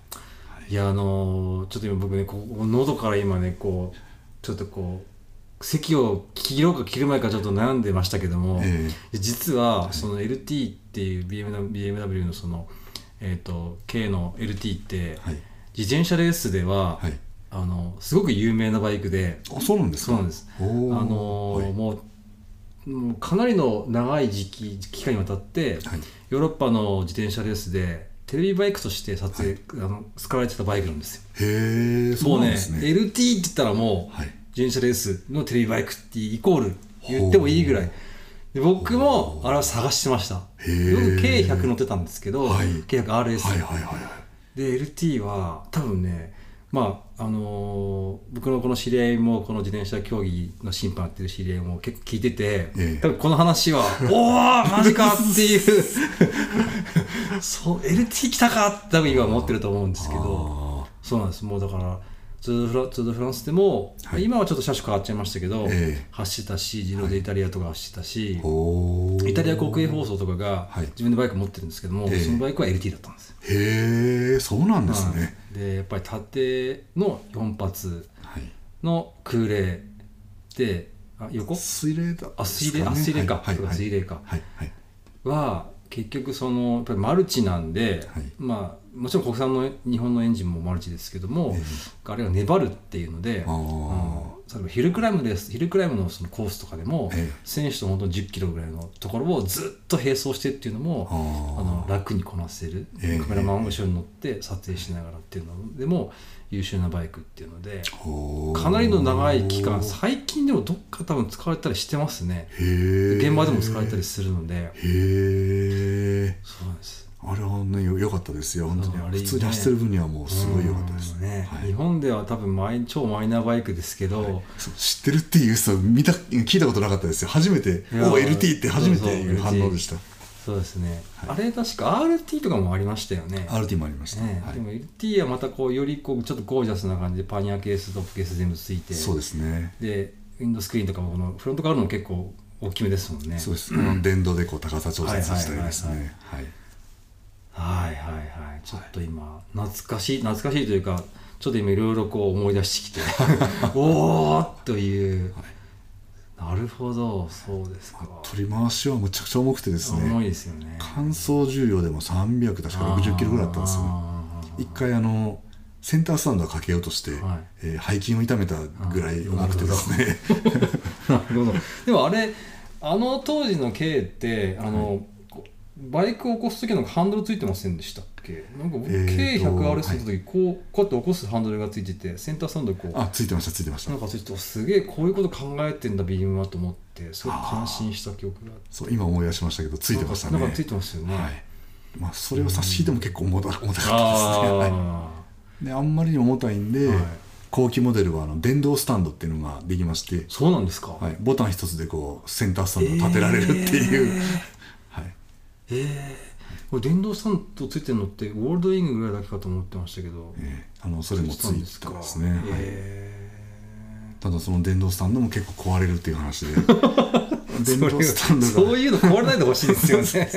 Speaker 1: いやあのーちょっと今僕ねここ喉から今ねこうちょっとこう席を切ろうか切る前かちょっと悩んでましたけども、
Speaker 2: え
Speaker 1: 実はその LT っていう BMW, BMW のそのえっ、と K の LT って、
Speaker 2: はい
Speaker 1: 自転車レースでは、
Speaker 2: はい
Speaker 1: あのすごく有名なバイクで
Speaker 2: あそうなんです
Speaker 1: そ
Speaker 2: か
Speaker 1: うなんです
Speaker 2: お
Speaker 1: あ
Speaker 2: ー
Speaker 1: の、
Speaker 2: はい
Speaker 1: もうもうかなりの長い時期期間にわたって、
Speaker 2: はい
Speaker 1: ヨーロッパの自転車レースでテレビバイクとして撮影、あの使われてたバイクなんですよ
Speaker 2: へえそうなんです
Speaker 1: もう
Speaker 2: ね
Speaker 1: ね LT って言ったらもう、
Speaker 2: はい
Speaker 1: 自転車レースのテレビバイクってイコール言ってもいいぐらいで僕もあれは探してましたよく
Speaker 2: へー
Speaker 1: K100 乗ってたんですけど、
Speaker 2: はい
Speaker 1: K100RS、
Speaker 2: はいはいはいはい
Speaker 1: で LT は多分ねまああのー僕のこの知り合いもこの自転車競技の審判やってる知り合いも結構聞いてて、
Speaker 2: ええ
Speaker 1: 多分この話
Speaker 2: (laughs)
Speaker 1: は「おおマジか!」っていう (laughs) そう LT 来たかって多分今思ってると思うんですけどそうなんですもうだからツードフラツードフランスでも、
Speaker 2: はい
Speaker 1: 今はちょっと車種変わっちゃいましたけど、
Speaker 2: ええ
Speaker 1: 走ってたし自動でイタリアとか走ってたし、
Speaker 2: おー
Speaker 1: イタリア国営放送とかが
Speaker 2: はい
Speaker 1: 自分でバイク持ってるんですけども、
Speaker 2: ええ
Speaker 1: そのバイクは LT だったんですよ
Speaker 2: へえそうなんです
Speaker 1: は
Speaker 2: ね
Speaker 1: いでやっぱり縦の4発
Speaker 2: はい
Speaker 1: の空冷であ横
Speaker 2: 水冷だ
Speaker 1: あ水冷
Speaker 2: ですね
Speaker 1: あ水冷か
Speaker 2: はい
Speaker 1: そうか
Speaker 2: はい
Speaker 1: 水冷か
Speaker 2: はいはい
Speaker 1: は結局そのやっぱりマルチなんで、
Speaker 2: はい
Speaker 1: まあもちろん国産の日本のエンジンもマルチですけども、あれが粘るっていうので
Speaker 2: あー
Speaker 1: うん例えばヒルクライムですヒルクライムのそのコースとかでも、
Speaker 2: ええ
Speaker 1: 選手と本当に1 0キロぐらいのところをずっと並走してっていうのも
Speaker 2: あー
Speaker 1: あの楽にこなせる、
Speaker 2: ええ
Speaker 1: カメラマンが後ろに乗って撮影しながらっていうのでも優秀なバイクっていうので
Speaker 2: おー
Speaker 1: かなりの長い期間最近でもどっか多分使われたりしてますね
Speaker 2: へえ
Speaker 1: 現場でも使われたりするので
Speaker 2: へえ
Speaker 1: そうなんです
Speaker 2: あれはねよ良かったですよ本当に
Speaker 1: あれいいね
Speaker 2: 普通に走ってる分にはもうすごい良かったです
Speaker 1: うんね、
Speaker 2: はい
Speaker 1: 日本では多分マイ超マイナーバイクですけど、
Speaker 2: そう知ってるっていう人見た聞いたことなかったですよ初めて「
Speaker 1: いや
Speaker 2: お LT」って初めてい
Speaker 1: そう
Speaker 2: う
Speaker 1: そう
Speaker 2: 反応でした
Speaker 1: そうですね、あれ確か RT とかもありましたよね
Speaker 2: RT もありました、
Speaker 1: ね
Speaker 2: はい
Speaker 1: でも LT はまたこうよりこうちょっとゴージャスな感じでパニアケーストップケース全部ついて
Speaker 2: そうですね
Speaker 1: でウィンドスクリーンとかもこのフロントがあるのも結構大きめですもんね
Speaker 2: そうです、電動でこう高さ調節したりです
Speaker 1: はいはい
Speaker 2: ねは
Speaker 1: はいはい
Speaker 2: い
Speaker 1: はいちょっと今懐かしい懐かしいというかちょっと今いろいろこう思い出してきて (laughs) おーっという、なるほどそうですか
Speaker 2: 取り回しはむちゃくちゃ重くてです
Speaker 1: 重
Speaker 2: ね
Speaker 1: いですよね
Speaker 2: 乾燥重量でも300確か60キロぐらいあったんですよね
Speaker 1: あー
Speaker 2: 一回あのセンタースタンドをかけようとして、
Speaker 1: はい
Speaker 2: えー背筋を痛めたぐらい重くてですね
Speaker 1: (laughs) なるほどでもあれあの当時の K ってあの、こバイクを起こす時のハンドルついてませんでしたっけなんか僕
Speaker 2: えーと
Speaker 1: K100RS の時こう、こうやって起こすハンドルがついててセンタースタンドこう
Speaker 2: (laughs) あついてましたついてました
Speaker 1: なんかちょっとすげえこういうこと考えてんだビームはと思ってすごく感心した記憶があって
Speaker 2: そう今思い出しましたけどついてましたね
Speaker 1: なんかなんかついてますよね、
Speaker 2: はいまあ、それを差し引いても結構重た重たかったですね、はい
Speaker 1: あ
Speaker 2: であんまりに重たいんで、
Speaker 1: はい
Speaker 2: 後期モデルはあの電動スタンドっていうのができまして
Speaker 1: ー、そうなんですか、
Speaker 2: はい、ボタン一つでこうセンタースタンドを立てられるっていう、はい、
Speaker 1: えーこれ電動スタンドついてるのってゴールドウィングぐらいだけかと思ってましたけど、
Speaker 2: えーあのそれもついてたんですね
Speaker 1: そうなんですか
Speaker 2: はい
Speaker 1: え
Speaker 2: ただその電動スタンドも結構壊れるっていう話
Speaker 1: (laughs)
Speaker 2: で
Speaker 1: ー
Speaker 2: 電動スタン
Speaker 1: それ
Speaker 2: ド
Speaker 1: (laughs) そう
Speaker 2: が
Speaker 1: いうの壊れないでほしいですよね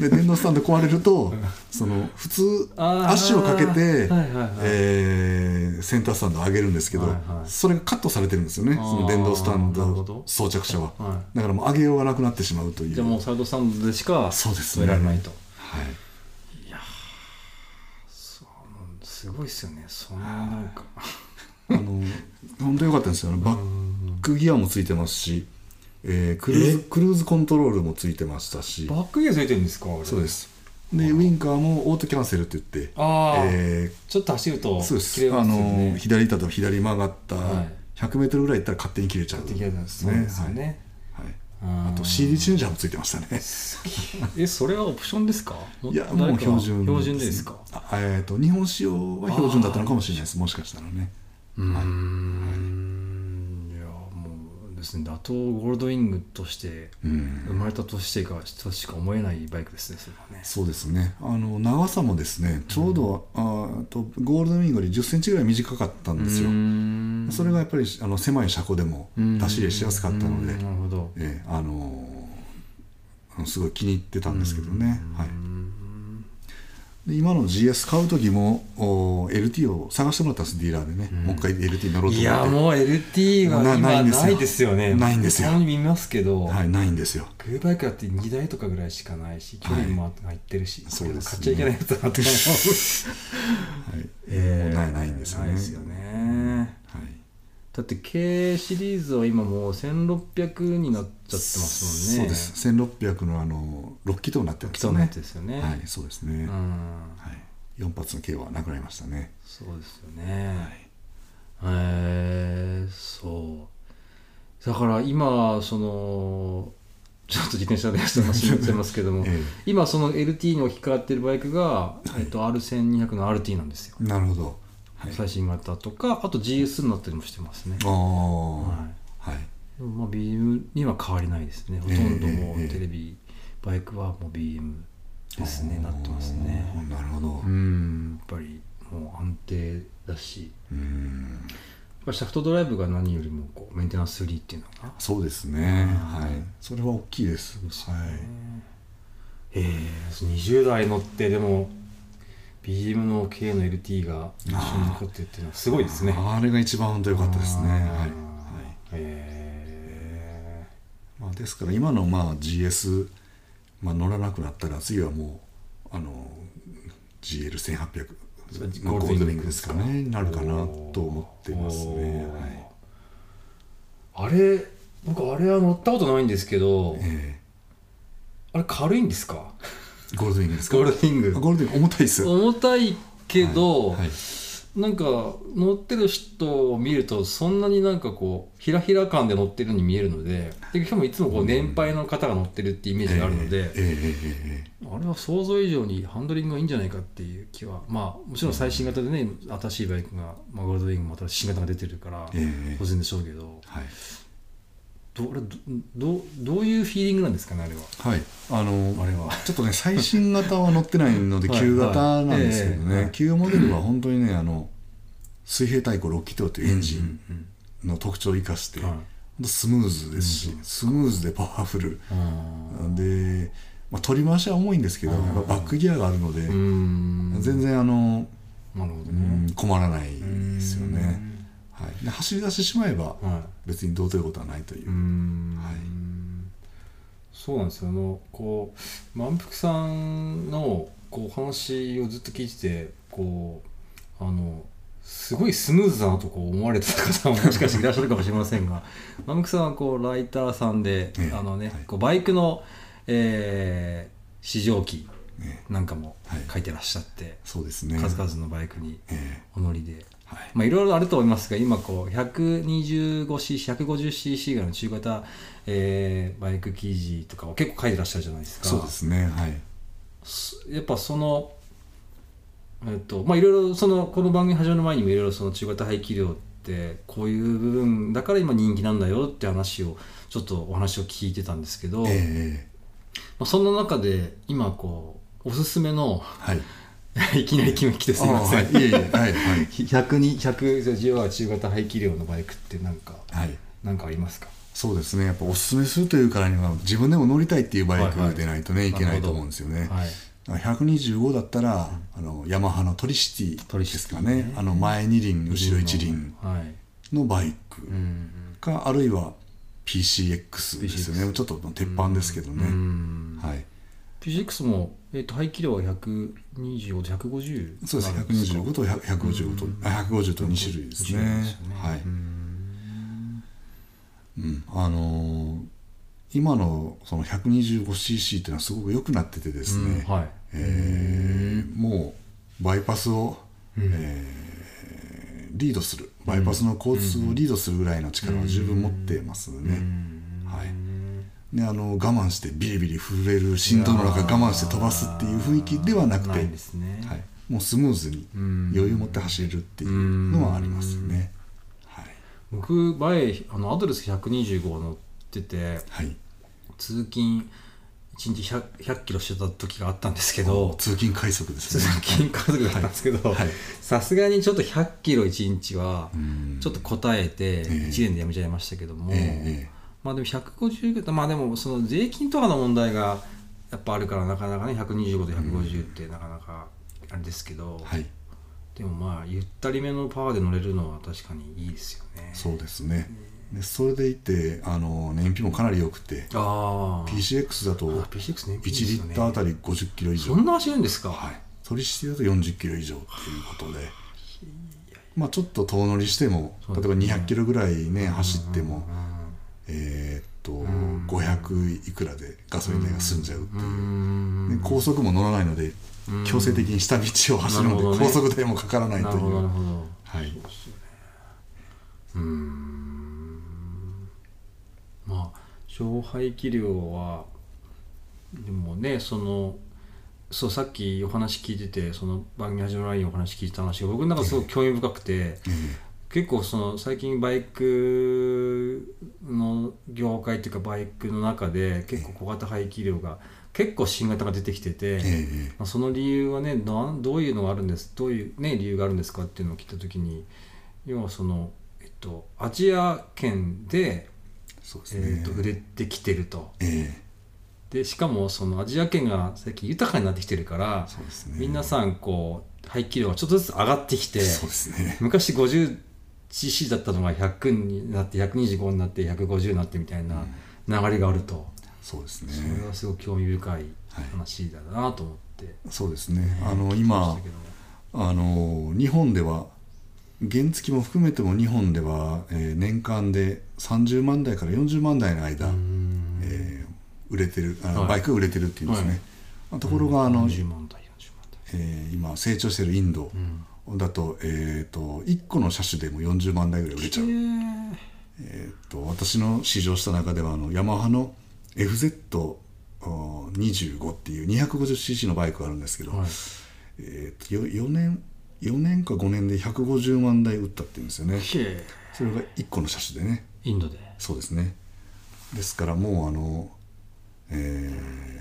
Speaker 2: で電動スタンド壊れるとその普通
Speaker 1: あー
Speaker 2: 足をかけて、
Speaker 1: はいはいはい
Speaker 2: えーセンタースタンドを上げるんですけど、
Speaker 1: はいはい
Speaker 2: それがカットされてるんですよね
Speaker 1: あー
Speaker 2: その電動スタン
Speaker 1: なるほ
Speaker 2: ド
Speaker 1: ど
Speaker 2: 装着者は、
Speaker 1: は
Speaker 2: だからもう上げようがなくなってしまうという
Speaker 1: じゃあもうサイドスタンドでしか
Speaker 2: そうです
Speaker 1: 止められないと
Speaker 2: はい、
Speaker 1: そうすごいですよねそんななんか
Speaker 2: あの本当良かったんですよあのバックギアもついてますし、えークルーズクルーズコントロールもついてましたし
Speaker 1: バックギアついてるんですかあれ
Speaker 2: そうですでウインカーもオートキャンセルって言って
Speaker 1: ああ、
Speaker 2: え
Speaker 1: ちょっと走ると
Speaker 2: ーそうで
Speaker 1: 切
Speaker 2: す
Speaker 1: れま
Speaker 2: あ
Speaker 1: すよ
Speaker 2: の
Speaker 1: ね。
Speaker 2: 左だと左に曲がった、
Speaker 1: はい
Speaker 2: 100メートルぐらい行ったら勝手に切れちゃう
Speaker 1: 的なやつそ
Speaker 2: ね
Speaker 1: うですよね。
Speaker 2: はいはい
Speaker 1: あ
Speaker 2: あと CD チェンジャーもついてましたね
Speaker 1: えそれはオプションですか？
Speaker 2: いや
Speaker 1: 誰か
Speaker 2: も
Speaker 1: が
Speaker 2: う標準
Speaker 1: 標準でですか？
Speaker 2: あえっ、と日本仕様は標準だったのかもしれないですもしかしたらね
Speaker 1: うーんいやもうですね打倒ゴールドウィングとして
Speaker 2: うん
Speaker 1: 生まれたとしてかとしか思えないバイクですねそれはね。
Speaker 2: そうですねあの長さもですねちょうど、あーとゴールドウィングより1 0センチぐらい短かったんですよ
Speaker 1: うーん
Speaker 2: それがやっぱりあの狭い車庫でも出し入れしやすかったので
Speaker 1: うーん、なるほど。
Speaker 2: ええあのーすごい気に入ってたんですけどね、はい、で今の GS 買う時もおー LT を探してもらったんですディーラーでね、もう一回 LT 乗ろうと思って
Speaker 1: いやもう LT は
Speaker 2: な
Speaker 1: 今
Speaker 2: ないんですよ
Speaker 1: ないですよね。
Speaker 2: ないんですよ
Speaker 1: たまに見ますけど。
Speaker 2: はい、ないんですよ
Speaker 1: グーバイクだって2台とかぐらいしかないし距離も入ってるし、
Speaker 2: そうです
Speaker 1: 買っ
Speaker 2: ね
Speaker 1: ちゃいけないやつだなって思う
Speaker 2: はい、
Speaker 1: えー
Speaker 2: (laughs) もうないないんですよね
Speaker 1: ないですよねね
Speaker 2: はい、
Speaker 1: だって K シリーズは今もう1600になっちゃってますも
Speaker 2: そ
Speaker 1: ん
Speaker 2: う
Speaker 1: ね
Speaker 2: です1600のあの6気筒になってるん
Speaker 1: 基
Speaker 2: です
Speaker 1: 礎
Speaker 2: よ
Speaker 1: のや
Speaker 2: ね
Speaker 1: つですよね
Speaker 2: はいそうですね、
Speaker 1: う
Speaker 2: は
Speaker 1: ん
Speaker 2: い、4発の軽はなくなりましたね
Speaker 1: そうですよねへえそうだから今そのちょっと自転車のやつの話になっちゃいますけども、
Speaker 2: (laughs) え
Speaker 1: 今その LT に置き換わってるバイクが、えっと、R1200 の RT なんですよ、
Speaker 2: えなるほどはい
Speaker 1: 最新型とかあと GS になったりもしてますね
Speaker 2: ああは
Speaker 1: はい
Speaker 2: い、
Speaker 1: でもまあ BM には変わりないですねほとんども
Speaker 2: えええ
Speaker 1: う
Speaker 2: え
Speaker 1: テレビ、バイクはもう BM ですね
Speaker 2: あー
Speaker 1: なってますね
Speaker 2: なるほど
Speaker 1: うんやっぱりもう安定だしや
Speaker 2: うん
Speaker 1: っぱシャフトドライブが何よりもこうメンテナンスフリーっていうのかな
Speaker 2: そうですねはいそれは大きいですはい
Speaker 1: ええ20代乗ってでも BM の K の LT が印象に残ってっていうのはすごいですね
Speaker 2: あれが一番本当良かったです
Speaker 1: あ
Speaker 2: ねはい、
Speaker 1: ー
Speaker 2: はい
Speaker 1: え
Speaker 2: まあ、ですから今のまあ GS、まあ、乗らなくなったら次はもうあの GL1800
Speaker 1: ゴー
Speaker 2: ゴー
Speaker 1: ルデ
Speaker 2: ルド
Speaker 1: ンウィン
Speaker 2: ウィン
Speaker 1: グ
Speaker 2: グ
Speaker 1: で
Speaker 2: ですす
Speaker 1: か
Speaker 2: かねなるかなと思ってますね
Speaker 1: おー
Speaker 2: はい
Speaker 1: あれ僕あれは乗ったことないんですけど
Speaker 2: え
Speaker 1: あれ軽いんです
Speaker 2: (laughs)
Speaker 1: か
Speaker 2: ーゴールドウィングですか
Speaker 1: ゴールディン
Speaker 2: あ
Speaker 1: グ
Speaker 2: ゴールドウィング重たいですよ
Speaker 1: 重たいけど、
Speaker 2: はいはい
Speaker 1: なんか乗ってる人を見るとそんなになんかこうひらひら感で乗ってるように見えるのででしかもいつもこう年配の方が乗ってるってイメージがあるので、
Speaker 2: えーえーえーえ
Speaker 1: あれは想像以上にハンドリングがいいんじゃないかっていう気はまあもちろん最新型でね新しいバイクが、まあ、ゴールドウィングも新しい新型が出てるから
Speaker 2: えええ
Speaker 1: 当然でしょうけど
Speaker 2: ーはい
Speaker 1: どあれどどどういうフィーリングなんですかねあれは。
Speaker 2: はいあの
Speaker 1: あれは
Speaker 2: ちょっとね最新型は乗ってないので
Speaker 1: はい
Speaker 2: 旧型なんですけど
Speaker 1: はいええ
Speaker 2: ね旧モデルは本当にねあの水平対向6気筒というエンジンの特徴を生かして、
Speaker 1: はい
Speaker 2: ほんとスムーズですし、スムーズでパワフル、
Speaker 1: うん
Speaker 2: で、まあ、取り回しは重いんですけど、やっぱバックギアがあるので、
Speaker 1: うん
Speaker 2: 全然あの、
Speaker 1: なるほど
Speaker 2: う
Speaker 1: ね。
Speaker 2: ん困らないですよね、はい、で走り出してしまえば、
Speaker 1: はい
Speaker 2: 別にどうということはないというう、
Speaker 1: ん
Speaker 2: はい
Speaker 1: そうなんですよあのこう満腹さんのこうお話をずっと聞いててこうあのすごいスムーズだなとこう思われてた方ももしかしていらっしゃるかもしれません
Speaker 2: (laughs)
Speaker 1: が満腹さんはこうライターさんで、
Speaker 2: ええ
Speaker 1: あのね、
Speaker 2: はい
Speaker 1: こうバイクの、えー試乗機
Speaker 2: ね、
Speaker 1: なんかも
Speaker 2: はい
Speaker 1: 書いてらっしゃって、
Speaker 2: そうですね
Speaker 1: 数々のバイクに
Speaker 2: え
Speaker 1: お乗りで。
Speaker 2: えはい
Speaker 1: まあ、いろいろあると思いますが今こう 125cc、150cc がの中型、えーバイク記事とかを結構書いてらっしゃるじゃないですか
Speaker 2: そうですねはい
Speaker 1: すやっぱそのえっとまあいろいろそのこの番組始まる前にもいろいろその中型排気量ってこういう部分だから今人気なんだよって話をちょっとお話を聞いてたんですけど、
Speaker 2: ええ
Speaker 1: ま
Speaker 2: ええ
Speaker 1: あ、そんな中で今こうおすすめの (laughs)
Speaker 2: はい
Speaker 1: いきなり決め来てすいません、
Speaker 2: あーはいいえいえはいはい、
Speaker 1: 100に100じゃあ10は中型排気量のバイクってなんか
Speaker 2: はい
Speaker 1: なんかありますか
Speaker 2: そうですねやっぱおすすめするというからには自分でも乗りたいっていうバイクでないとね、
Speaker 1: い
Speaker 2: い
Speaker 1: はい
Speaker 2: けないと思うんですよね、
Speaker 1: はい
Speaker 2: だから125だったら、あのヤマハのトリシティ
Speaker 1: トリ
Speaker 2: で
Speaker 1: シ
Speaker 2: すかねあの前2輪後ろ1輪
Speaker 1: はい
Speaker 2: のバイ
Speaker 1: う
Speaker 2: ク
Speaker 1: ん
Speaker 2: か、あるいは PCX ですよね、ちょっと鉄板ですけど
Speaker 1: う
Speaker 2: ね、
Speaker 1: ん
Speaker 2: はい、
Speaker 1: PGX も、えっと排気量は125と150
Speaker 2: そうです
Speaker 1: なんか
Speaker 2: 125と100 155と、あ150と2種類ですね
Speaker 1: 種類ですよね
Speaker 2: はい、
Speaker 1: うん
Speaker 2: うん、あのー今のその 125cc っていうのはすごく良くなっててですね、
Speaker 1: うんはい
Speaker 2: えーもうバイパスを、えーリードするバイパスの交通をリードするぐらいの力は十分持ってますね、はい、であの我慢してビリビリ震える振動の中我慢して飛ばすっていう雰囲気ではなくて
Speaker 1: ないですね
Speaker 2: はい、もうスムーズに
Speaker 1: ん
Speaker 2: 余裕を持って走れるっていうのはありますよね、はい
Speaker 1: 僕前あのアドレス125を乗ってて
Speaker 2: はい、
Speaker 1: 通勤1日 100, 100キロしてた時があったんですけど
Speaker 2: 通勤快速で
Speaker 1: 通
Speaker 2: すね
Speaker 1: 勤家族だったんですけど
Speaker 2: はい
Speaker 1: さすがにちょっと100キロ1日は
Speaker 2: ん
Speaker 1: ちょっと答えて1年でやめちゃいましたけども、
Speaker 2: ええええ
Speaker 1: まあでも150ぐらいまあでもその税金とかの問題がやっぱあるからなかなかね125と150ってなかなかあれですけど、
Speaker 2: はい
Speaker 1: でもまあゆったりめのパワーで乗れるのは確かにいいですよね。
Speaker 2: そうですねでそれでいてあの燃費もかなり良くて
Speaker 1: あー
Speaker 2: PCX だと
Speaker 1: あ
Speaker 2: 1
Speaker 1: PCX ね
Speaker 2: リッターあたり50キロ以上
Speaker 1: そんな走るんですか、
Speaker 2: はい、取り引きだと40キロ以上ということで、まあ、ちょっと遠乗りしても、
Speaker 1: そう
Speaker 2: 例
Speaker 1: で
Speaker 2: え
Speaker 1: す
Speaker 2: ば
Speaker 1: ね
Speaker 2: 200キロぐらいね走っても、
Speaker 1: うん
Speaker 2: えーっと、
Speaker 1: ん
Speaker 2: 500いくらでガソリン代が済んじゃうっていうう、
Speaker 1: ん
Speaker 2: で高速も乗らないので
Speaker 1: うん
Speaker 2: 強制的に下道を走るの
Speaker 1: な
Speaker 2: で、
Speaker 1: るほどね
Speaker 2: 高速代もかからないと
Speaker 1: ないるほどなる
Speaker 2: う、
Speaker 1: ほど
Speaker 2: は
Speaker 1: そう
Speaker 2: い
Speaker 1: っすよねうーんまあ勝敗器量はでもねそのそうさっきお話聞いててその番組始まる前にお話聞いた話が僕の中ですごく興味深くて
Speaker 2: え
Speaker 1: 結構その最近バイクの業界っていうかバイクの中で結構小型排気量が結構新型が出てきてて、
Speaker 2: ええ
Speaker 1: まあ、その理由はねなんどういうのがあるんですどういう、ね、理由があるんですかっていうのを聞いた時に要はその、えっと、アジア圏で、
Speaker 2: えそうですね
Speaker 1: えっと売れてきてると
Speaker 2: ええ
Speaker 1: でしかもそのアジア圏が最近豊かになってきてるから、
Speaker 2: そうですね
Speaker 1: 皆さんこう排気量がちょっとずつ上がってきて
Speaker 2: そうですね
Speaker 1: 昔 50cc だったのが100になって125になって150になってみたいな流れがあると、
Speaker 2: そうですね
Speaker 1: それはすごく興味深い話だなと思って
Speaker 2: そうですねあの
Speaker 1: まし
Speaker 2: 今
Speaker 1: たけども。
Speaker 2: あの日本では原付も含めても日本では、えー年間で30万台から40万台の間、
Speaker 1: うん
Speaker 2: えー売れてるあの
Speaker 1: はい
Speaker 2: バイクが売れてるっていうんですね、
Speaker 1: はい
Speaker 2: まあところがあの、
Speaker 1: 20万台40万
Speaker 2: えー今成長してるインドだと,、えー、と1個の車種でも40万台ぐらい売れちゃう、
Speaker 1: 台
Speaker 2: えー、と私の試乗した中ではあのヤマハの FZ25 っていう 250cc のバイクがあるんですけど、
Speaker 1: はい
Speaker 2: えー、とよ4年4年か5年で150万台売ったっていうんですよね
Speaker 1: へ
Speaker 2: それが1個の車種でね
Speaker 1: インドで
Speaker 2: そうですねですからもうあの、え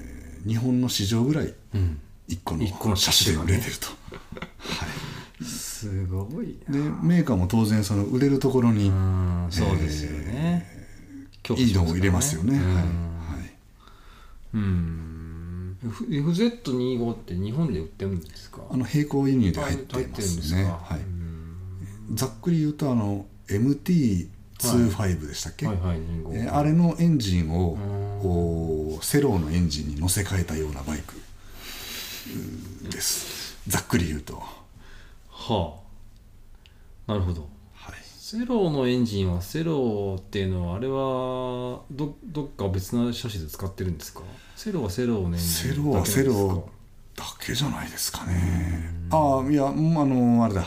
Speaker 2: ー日本の市場ぐらい
Speaker 1: うん
Speaker 2: 1個の
Speaker 1: 一個の
Speaker 2: 車
Speaker 1: 車
Speaker 2: 種
Speaker 1: 種
Speaker 2: で
Speaker 1: がね
Speaker 2: 売れてると、
Speaker 1: すごい
Speaker 2: でメーカーも当然その売れるところに
Speaker 1: うんそうですよね
Speaker 2: インドも入れますよね、はい、は
Speaker 1: うん F- FZ25 って日本で売ってるんですか
Speaker 2: い、あの並行輸入で入っていますね
Speaker 1: 入
Speaker 2: は
Speaker 1: ってる
Speaker 2: い、
Speaker 1: んです
Speaker 2: ざっくり言うとあの MT25 でしたっけ、
Speaker 1: かうんはいはい25
Speaker 2: えーあれのエンジンを
Speaker 1: ん
Speaker 2: こうセローのエンジンに乗せ替えたようなバイクうーですざっくり言うと、
Speaker 1: はあなるほど
Speaker 2: はい、
Speaker 1: セローのエンジンはセローっていうのはあれはどどっか別の車種で使ってるんですかセローはセローのエンジン
Speaker 2: セローはセローだけじゃないですかねああいやうんあのあれだ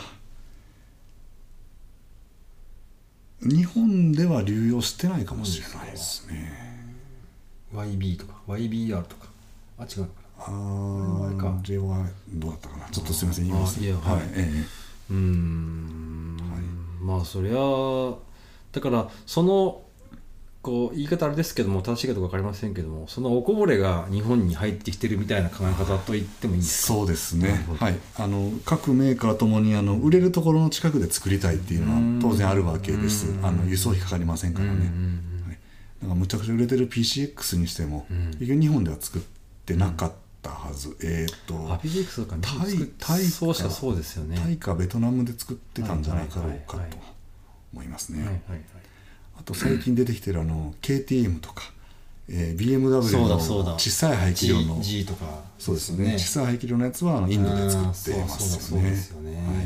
Speaker 2: 日本では流用してないかもしれないですね
Speaker 1: YB とか YBR とかあ違うのかな
Speaker 2: あ
Speaker 1: あれか
Speaker 2: ーあれはどうだったかなちょっとすみません言います
Speaker 1: あいや
Speaker 2: はい
Speaker 1: はい
Speaker 2: え
Speaker 1: うーん、まあそりゃだからそのこう言い方あれですけども正しいかどうか分かりませんけどもそのおこぼれが日本に入ってきてるみたいな考え方と言ってもいいん
Speaker 2: え
Speaker 1: ですか
Speaker 2: そうですね
Speaker 1: なるほど
Speaker 2: はいあの各メーカーともにあの売れるところの近くで作りたいっていうの
Speaker 1: うん
Speaker 2: は当然あるわけです
Speaker 1: うん
Speaker 2: あの輸送費かかりませんからね、はい、なんかむちゃくちゃ売れてる PCX にしても、
Speaker 1: うん
Speaker 2: 結局日本では作ってなかったはず、えーっと、
Speaker 1: ハピジックスとかね
Speaker 2: タイ
Speaker 1: 作っ
Speaker 2: タイか
Speaker 1: そうしかそうですよね。
Speaker 2: タイかベトナムで作ってたんじゃないかろうか
Speaker 1: はいはい
Speaker 2: と
Speaker 1: はい
Speaker 2: 思います
Speaker 1: はいはい
Speaker 2: ね
Speaker 1: はい
Speaker 2: あと最近出てきてるあの KTM とか、えー BMW
Speaker 1: そう
Speaker 2: の
Speaker 1: だそうだ
Speaker 2: 小さい排気量の
Speaker 1: G, G とか
Speaker 2: そうですね小さい排気量のやつはあのインドで作ってますよ
Speaker 1: あーそうだそうだそうで
Speaker 2: ね
Speaker 1: すよね
Speaker 2: は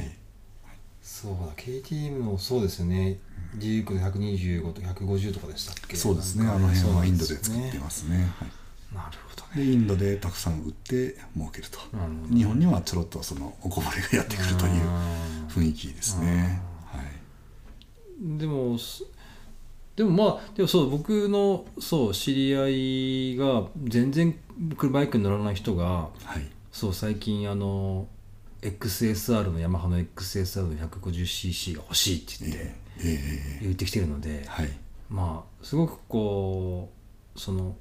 Speaker 2: い
Speaker 1: そうだ KTM もそうですよねデュークの125と150とかでしたっけ
Speaker 2: そうですね
Speaker 1: なん
Speaker 2: あ
Speaker 1: か
Speaker 2: の辺はインドで
Speaker 1: そうな
Speaker 2: 作
Speaker 1: ん
Speaker 2: って
Speaker 1: すよね
Speaker 2: ますねはい
Speaker 1: なるほどね
Speaker 2: でインドでたくさん売って儲けると
Speaker 1: なるほど
Speaker 2: 日本にはちょろっとそのおこぼれがやってくるという雰囲気ですねはい
Speaker 1: でもすでもまあでもそう僕のそう知り合いが全然バイクに乗らない人が
Speaker 2: はい
Speaker 1: そう最近あの XSR のヤマハの XSR の 150cc が欲しいって言って
Speaker 2: えーえ
Speaker 1: 言ってきてるので、
Speaker 2: ーはい
Speaker 1: まあすごくこうその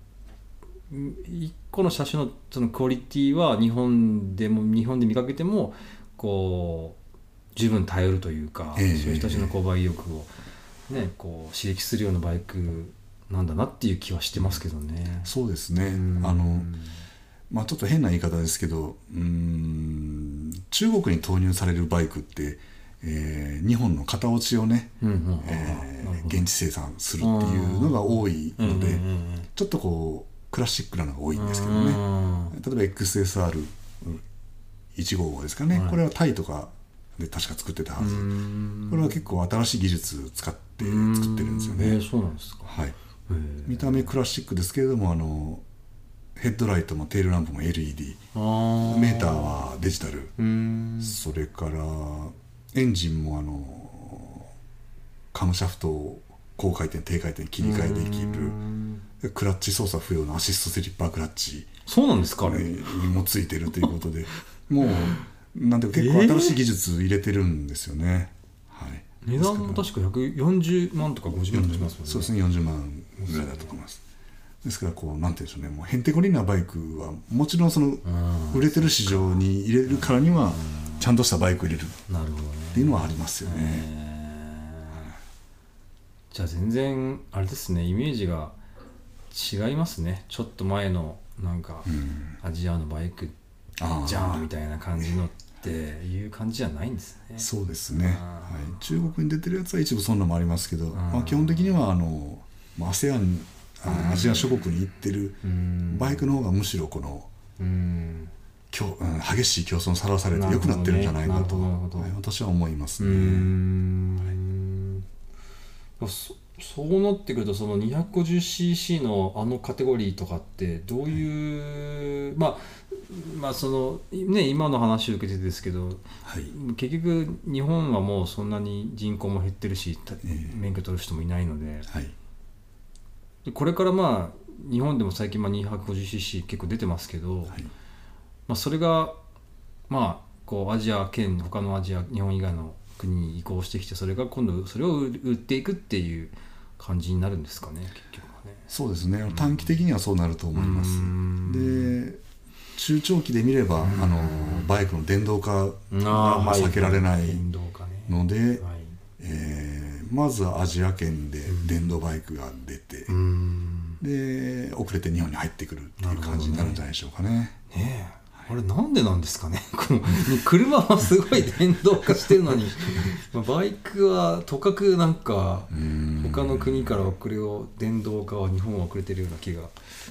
Speaker 1: ん一個の車種のそのクオリティは日本でも日本で見かけてもこう十分耐えるというか、
Speaker 2: ええ
Speaker 1: そういう人たちの購買意欲を、ね、こう刺激するようなバイクなんだなっていう気はしてますけどね。
Speaker 2: そうですね
Speaker 1: うん
Speaker 2: あのまあ、ちょっと変な言い方ですけどうーん中国に投入されるバイクって、えー日本の型落ちをね、
Speaker 1: うんうん
Speaker 2: えー
Speaker 1: なるほど
Speaker 2: 現地生産するっていうのが多い
Speaker 1: うんうん
Speaker 2: ので、
Speaker 1: うんうん
Speaker 2: ちょっとこうクラシックなのが多いんですけど
Speaker 1: う
Speaker 2: ね
Speaker 1: ん
Speaker 2: 例えば XSR155 ですかね、
Speaker 1: はい
Speaker 2: これはタイとかで確か作ってたは
Speaker 1: う
Speaker 2: ず、
Speaker 1: ん
Speaker 2: これは結構新しい技術を使って作ってるんですよ
Speaker 1: うえ
Speaker 2: ね
Speaker 1: ー、そうなんですか
Speaker 2: はい
Speaker 1: へー
Speaker 2: 見た目クラシックですけれどもあのヘッドライトもテールランプも LED
Speaker 1: あー
Speaker 2: メーターはデジタル
Speaker 1: うーん
Speaker 2: それからエンジンもあのカムシャフトを高回転低回転切り替えできるでクラッチ操作不要のアシストスリッパークラッチ
Speaker 1: そうなんですかあれ、
Speaker 2: にもついてるということ
Speaker 1: (laughs)
Speaker 2: でもうなんていうか結構新しい技術入れてるんですよね、はい
Speaker 1: 値段も
Speaker 2: です
Speaker 1: 確か140万とか50万とかしますもんね
Speaker 2: そうですね40万ぐらいだったと思いますですからこうなんて言うんでしょうねもうへんてこりんなバイクはもちろんその
Speaker 1: うん
Speaker 2: 売れてる市場に入れるからにはちゃんとしたバイク入れるっ
Speaker 1: なるほどね
Speaker 2: ていうのはありますよね、
Speaker 1: じゃあ全然あれですねイメージが違いますねちょっと前のなんか、アジアのバイク
Speaker 2: ああ
Speaker 1: じゃんみたいな感じのっていう感じじゃないんですね
Speaker 2: そうですね、は
Speaker 1: あー
Speaker 2: い、中国に出てるやつは一部そんなのもありますけど、ま
Speaker 1: う
Speaker 2: あ、
Speaker 1: ん
Speaker 2: 基本的にはあのまあ ASEAN あのアジア諸国に行ってる
Speaker 1: うん
Speaker 2: バイクの方がむしろこの
Speaker 1: うん
Speaker 2: 競、うん、激しい競争にさらされて
Speaker 1: なる
Speaker 2: 良
Speaker 1: ほ
Speaker 2: く
Speaker 1: ど
Speaker 2: なってるんじゃないかと、
Speaker 1: なるほど
Speaker 2: はい私は思います
Speaker 1: うー
Speaker 2: ね。
Speaker 1: ん、そそうなってくるとその 250cc のあのカテゴリーとかってどういう、まあまあそのね今の話を受けてですけど
Speaker 2: はい
Speaker 1: 結局日本はもうそんなに人口も減ってるし、た
Speaker 2: ええ
Speaker 1: 免許取る人もいないので
Speaker 2: はい
Speaker 1: でこれからまあ日本でも最近まあ 250cc 結構出てますけど、
Speaker 2: はい
Speaker 1: まあ、それがまあこうアジア圏他のアジア日本以外の国に移行してきてそれが今度それを売売っていくっていう感じになるんですかね結局はね。
Speaker 2: そうですね短期的にはそうなると思います。で中長期で見ればあのバイクの電動化がまあ避けられない
Speaker 1: 運動かね。
Speaker 2: ので、
Speaker 1: はい、
Speaker 2: えーまずはアジア圏で電動バイクが出て、
Speaker 1: うん
Speaker 2: で遅れて日本に入ってくるっていう感じになるんじゃないでしょうかね
Speaker 1: ねえあれなんでなんですかね (laughs) この車はすごい電動化してるのにまあバイクはとかくなんか
Speaker 2: うん
Speaker 1: 他の国から遅れを電動化は日本は遅れてるような気が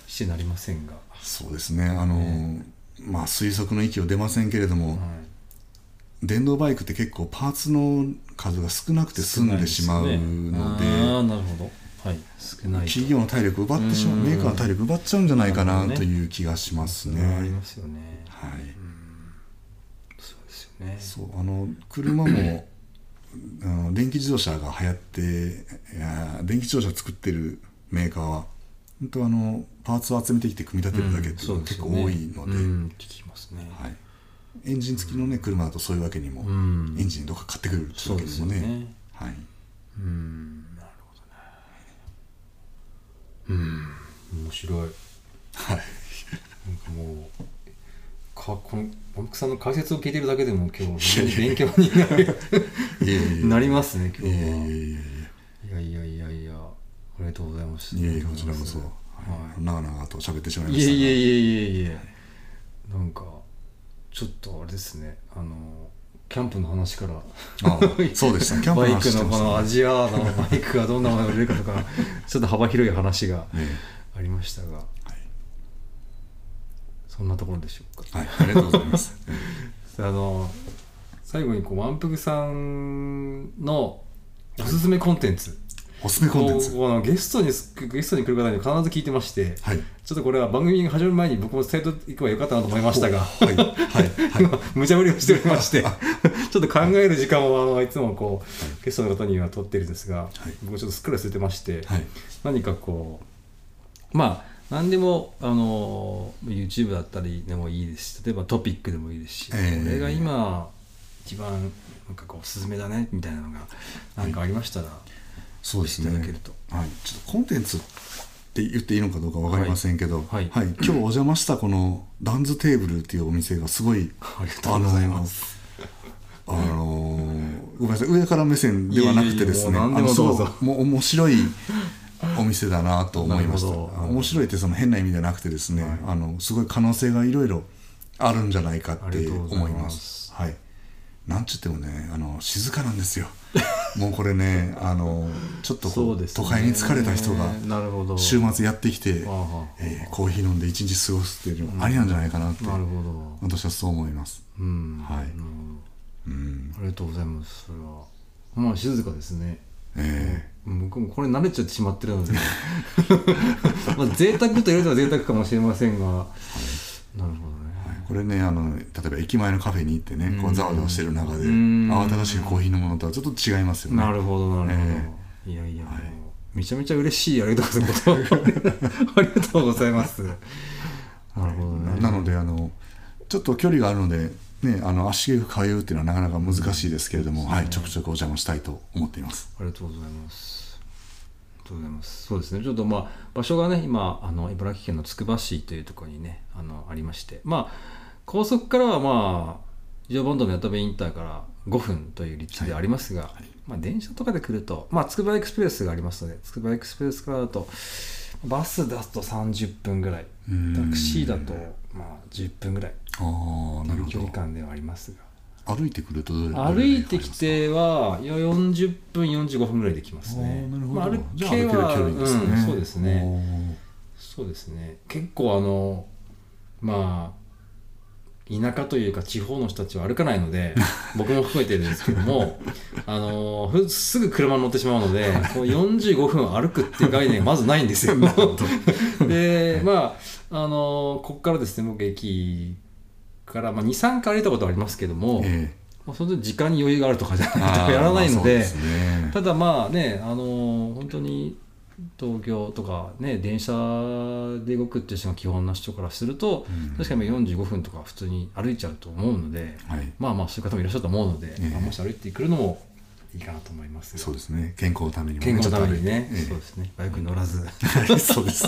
Speaker 1: してなりませんが。
Speaker 2: そうですねあのまあ推測の域を出ませんけれども、
Speaker 1: はい
Speaker 2: 電動バイクって結構パーツの数が少なくて済んでしまうので
Speaker 1: ああなるほどはい少ないと
Speaker 2: 企業の体力奪ってしまう
Speaker 1: うん
Speaker 2: メーカーの体力奪っちゃうんじゃないか
Speaker 1: なるほど
Speaker 2: な
Speaker 1: ね
Speaker 2: という気がしますね。
Speaker 1: ありますよね
Speaker 2: はい
Speaker 1: そうですよね
Speaker 2: そうあの車も (clears throat) あの電気自動車が流行っていや電気自動車作ってるメーカーは本当あのパーツを集めてきて組み立てるだけっていうのが結構多いので、
Speaker 1: うん、聞きますね、
Speaker 2: はい、エンジン付きの、ね、車だとそういうわけにも、
Speaker 1: ん
Speaker 2: エンジンどっか買ってくるっていうわけにも
Speaker 1: そうですよ
Speaker 2: ね
Speaker 1: ね
Speaker 2: はい、
Speaker 1: うんなるほどねうん面白いなん
Speaker 2: はい、
Speaker 1: かもうかこの奥さんの解説を聞いてるだけでも今日非常に勉強になる
Speaker 2: いえいえいえ
Speaker 1: なりますね
Speaker 2: い
Speaker 1: 今
Speaker 2: え
Speaker 1: 日
Speaker 2: い
Speaker 1: は、
Speaker 2: えいえい
Speaker 1: いやいやいやいやありがとうございました
Speaker 2: えいえいえこちらこそ、は
Speaker 1: はい
Speaker 2: い、長々と喋ってしまいま
Speaker 1: い
Speaker 2: し
Speaker 1: え
Speaker 2: た
Speaker 1: いえい
Speaker 2: え
Speaker 1: えいえいえなんかちょっとあれですねあのキャンプの話から
Speaker 2: ああそうでしたキャンプの
Speaker 1: バイ
Speaker 2: 話
Speaker 1: ク
Speaker 2: して
Speaker 1: の
Speaker 2: ま
Speaker 1: こ
Speaker 2: したね
Speaker 1: のアジアのバイクがどんなものが売れるかとかちょっと幅広い話が
Speaker 2: え
Speaker 1: ありましたが、そんなところでしょうか
Speaker 2: えはい、ありがとうございます、
Speaker 1: あの最後にこう満腹さんのおすすめコンテンツ
Speaker 2: おすすめコンテン
Speaker 1: こ
Speaker 2: ツ
Speaker 1: うこのゲストにすゲストに来る方には必ず聞いてまして
Speaker 2: はい
Speaker 1: ちょっとこれは番組が始まる前に僕も伝えていけばよかったなと思いましたが、
Speaker 2: はいはいはい
Speaker 1: 今 (laughs) 無茶ぶりをしておりまして (laughs) ちょっと考える時間をあのいつもこうゲストの方には取ってるんですが、
Speaker 2: い
Speaker 1: 僕ちょっとすっかり忘れてまして、 (laughs)
Speaker 2: はい
Speaker 1: 何かこうまあ何でもあの YouTube だったりでもいいですし例えばトピックでもいいですし、
Speaker 2: ええ
Speaker 1: これが今一番なんかこうおすすめだねみたいなのが何かありましたら、
Speaker 2: そうですね
Speaker 1: いただけると
Speaker 2: はい、ちょっとコンテンツって言っていいのかどうか分かりませんけど、
Speaker 1: はいは
Speaker 2: はい今日お邪魔したこのダンズテーブルっていうお店がすごい
Speaker 1: ありがとうございます。
Speaker 2: あのーごめんなさい上から目線ではなくてです
Speaker 1: い
Speaker 2: ね
Speaker 1: えいえいえもう何でも
Speaker 2: あのすごい
Speaker 1: どうぞ
Speaker 2: もう面白いお店だなと思いました
Speaker 1: なるほど
Speaker 2: 面白いってその変な意味ではなくてですね、あのすごい可能性がいろいろあるんじゃないかっ
Speaker 1: あ
Speaker 2: て
Speaker 1: りがとうござ
Speaker 2: 思
Speaker 1: い
Speaker 2: い
Speaker 1: ま
Speaker 2: ますすはいなんちゅってもねあの静かな
Speaker 1: (laughs)
Speaker 2: んですよもうこれねあのちょっとこう都会に疲れた人が
Speaker 1: なるほど
Speaker 2: 週末やってきて
Speaker 1: ああ、
Speaker 2: えーコーヒー飲んで一日過ごすっていうのもありなんじゃないかなって、
Speaker 1: なるほど
Speaker 2: 私はそう思います、
Speaker 1: うん
Speaker 2: はい
Speaker 1: うん
Speaker 2: うん
Speaker 1: ありがとうございますそれはまあ静かですね
Speaker 2: え
Speaker 1: 僕もこれ慣れちゃってしまってるので (laughs) まあ贅沢と言われたら贅沢かもしれませんが、なるほどね
Speaker 2: えこれねあの例えば駅前のカフェに行ってね、こうざわざわしてる中で
Speaker 1: うん
Speaker 2: 慌ただしいコーヒーのものとはちょっと違いますよね
Speaker 1: なるほどなるほど、
Speaker 2: え
Speaker 1: いやいや、もうめちゃめちゃ嬉しいありがとうございます (laughs) ありがとうございますなるほどね
Speaker 2: なのであのちょっと距離があるので、ね、あの足湯通うっていうのはなかなか難しいですけれども、はい、ちょくちょくお邪魔したいと思っています。
Speaker 1: ありがとうございます。ありがとうございます。そうですね。ちょっとまあ場所がね今あの茨城県のつくば市というところにねあのありまして、まあ高速からはまあ常磐道の八田部インターから5分という立地ではありますが、まあ電車とかで来るとまあつくばエクスプレスがありますのでつくばエクスプレスからだとバスだと30分ぐらい、タクシーだとまあ10分ぐらい
Speaker 2: ああ
Speaker 1: と
Speaker 2: ないる
Speaker 1: う
Speaker 2: ほ
Speaker 1: 距離
Speaker 2: ど
Speaker 1: 感ではありますが。
Speaker 2: 歩いてくるとどれどれぐら
Speaker 1: 歩いてき
Speaker 2: かかり
Speaker 1: てはいや40分45分ぐらいできま
Speaker 2: ますすか
Speaker 1: ね
Speaker 2: あーなるほど、
Speaker 1: まあ、歩
Speaker 2: じゃあ
Speaker 1: け
Speaker 2: 歩ける距
Speaker 1: は
Speaker 2: 離ですね、
Speaker 1: うんそうですねそうですね結構あのまあ田舎というか地方の人たちは歩かないの
Speaker 2: (laughs)
Speaker 1: で僕も含めてですけどもあのふすぐ車に乗ってしまうのでこう45分歩くっていう概念がまずないんですよ。
Speaker 2: (laughs)
Speaker 1: (laughs) でまああのここからですね僕駅から、まあ、23回歩いたことはありますけど
Speaker 2: お
Speaker 1: も、
Speaker 2: ーええ
Speaker 1: まあ、その時間に余裕があるとかじゃない
Speaker 2: あ
Speaker 1: と
Speaker 2: ー
Speaker 1: (laughs) やらないので,、
Speaker 2: まあそうですね
Speaker 1: ただまあねあのー本当に東京とかね電車で動くっていう人が基本な人からすると、
Speaker 2: うん
Speaker 1: 確かに45分とか普通に歩いちゃうと思うので
Speaker 2: はい、
Speaker 1: まあまあそういう方もいらっしゃると思うので、
Speaker 2: ええ
Speaker 1: まあもし歩いてくるのもいいかなと思います
Speaker 2: そうですね健康のためにも
Speaker 1: 健康のためにね、
Speaker 2: ち
Speaker 1: そ
Speaker 2: ょ
Speaker 1: う
Speaker 2: っ
Speaker 1: ですねバイクに乗ら
Speaker 2: (laughs)
Speaker 1: ず
Speaker 2: と
Speaker 1: (laughs)
Speaker 2: 歩いてええそうです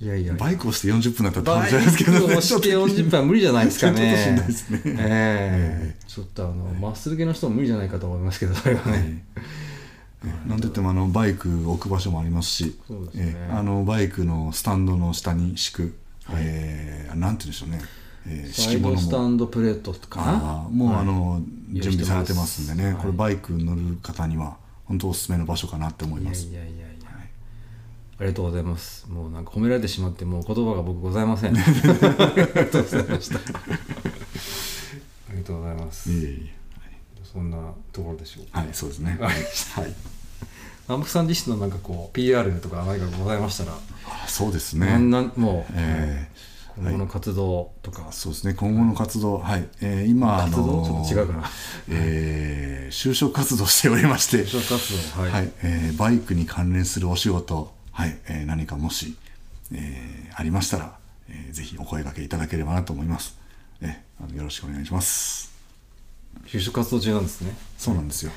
Speaker 1: いやいや
Speaker 2: バイクをして40分だったら
Speaker 1: バ
Speaker 2: 楽
Speaker 1: イ
Speaker 2: しいですけ
Speaker 1: ク
Speaker 2: ど
Speaker 1: を
Speaker 2: ね
Speaker 1: 押して40分は無理じゃないですかね。
Speaker 2: ちょっとしんどいですね
Speaker 1: ええちょっとあの、マッスル系の人も無理じゃないかと思いますけど、それはね。
Speaker 2: なんといってもあのバイク置く場所もありますし
Speaker 1: そうですね
Speaker 2: ええあのバイクのスタンドの下に敷く、ええなんて言うんでしょうね、ええ
Speaker 1: サイドスタンドプレートかな
Speaker 2: あーもうあの、
Speaker 1: 用意
Speaker 2: 準備されてますんでね、
Speaker 1: してます
Speaker 2: これバイク乗る方には本当おすすめの場所かなって思い
Speaker 1: いや
Speaker 2: ま
Speaker 1: い
Speaker 2: す
Speaker 1: やいやいや、
Speaker 2: はい
Speaker 1: ありがとうございますもうなんか褒められてしまってもう言葉が僕ございませ (laughs) んありがとうございましたありがとうございます
Speaker 2: いえいえ
Speaker 1: そんなところでしょうか
Speaker 2: はいそうですね
Speaker 1: わ
Speaker 2: は
Speaker 1: かり
Speaker 2: い
Speaker 1: ま南北さん自身のなんかこう PR とか何かございましたら、
Speaker 2: あそうです
Speaker 1: な
Speaker 2: ね
Speaker 1: んなんもう、
Speaker 2: ええ
Speaker 1: 今後の活動とか、
Speaker 2: あそうですね今後の活動はい、えー今
Speaker 1: 活動、
Speaker 2: あの
Speaker 1: ちょっと違うかな
Speaker 2: えー就職活動しておりまして
Speaker 1: 就職活動はい、
Speaker 2: はいえーバイクに関連するお仕事、はいえー何かもし、えーありましたら、えーぜひお声掛けいただければなと思います、えーあのよろしくお願いします
Speaker 1: 就職活動中なんですね
Speaker 2: そうなんですよ、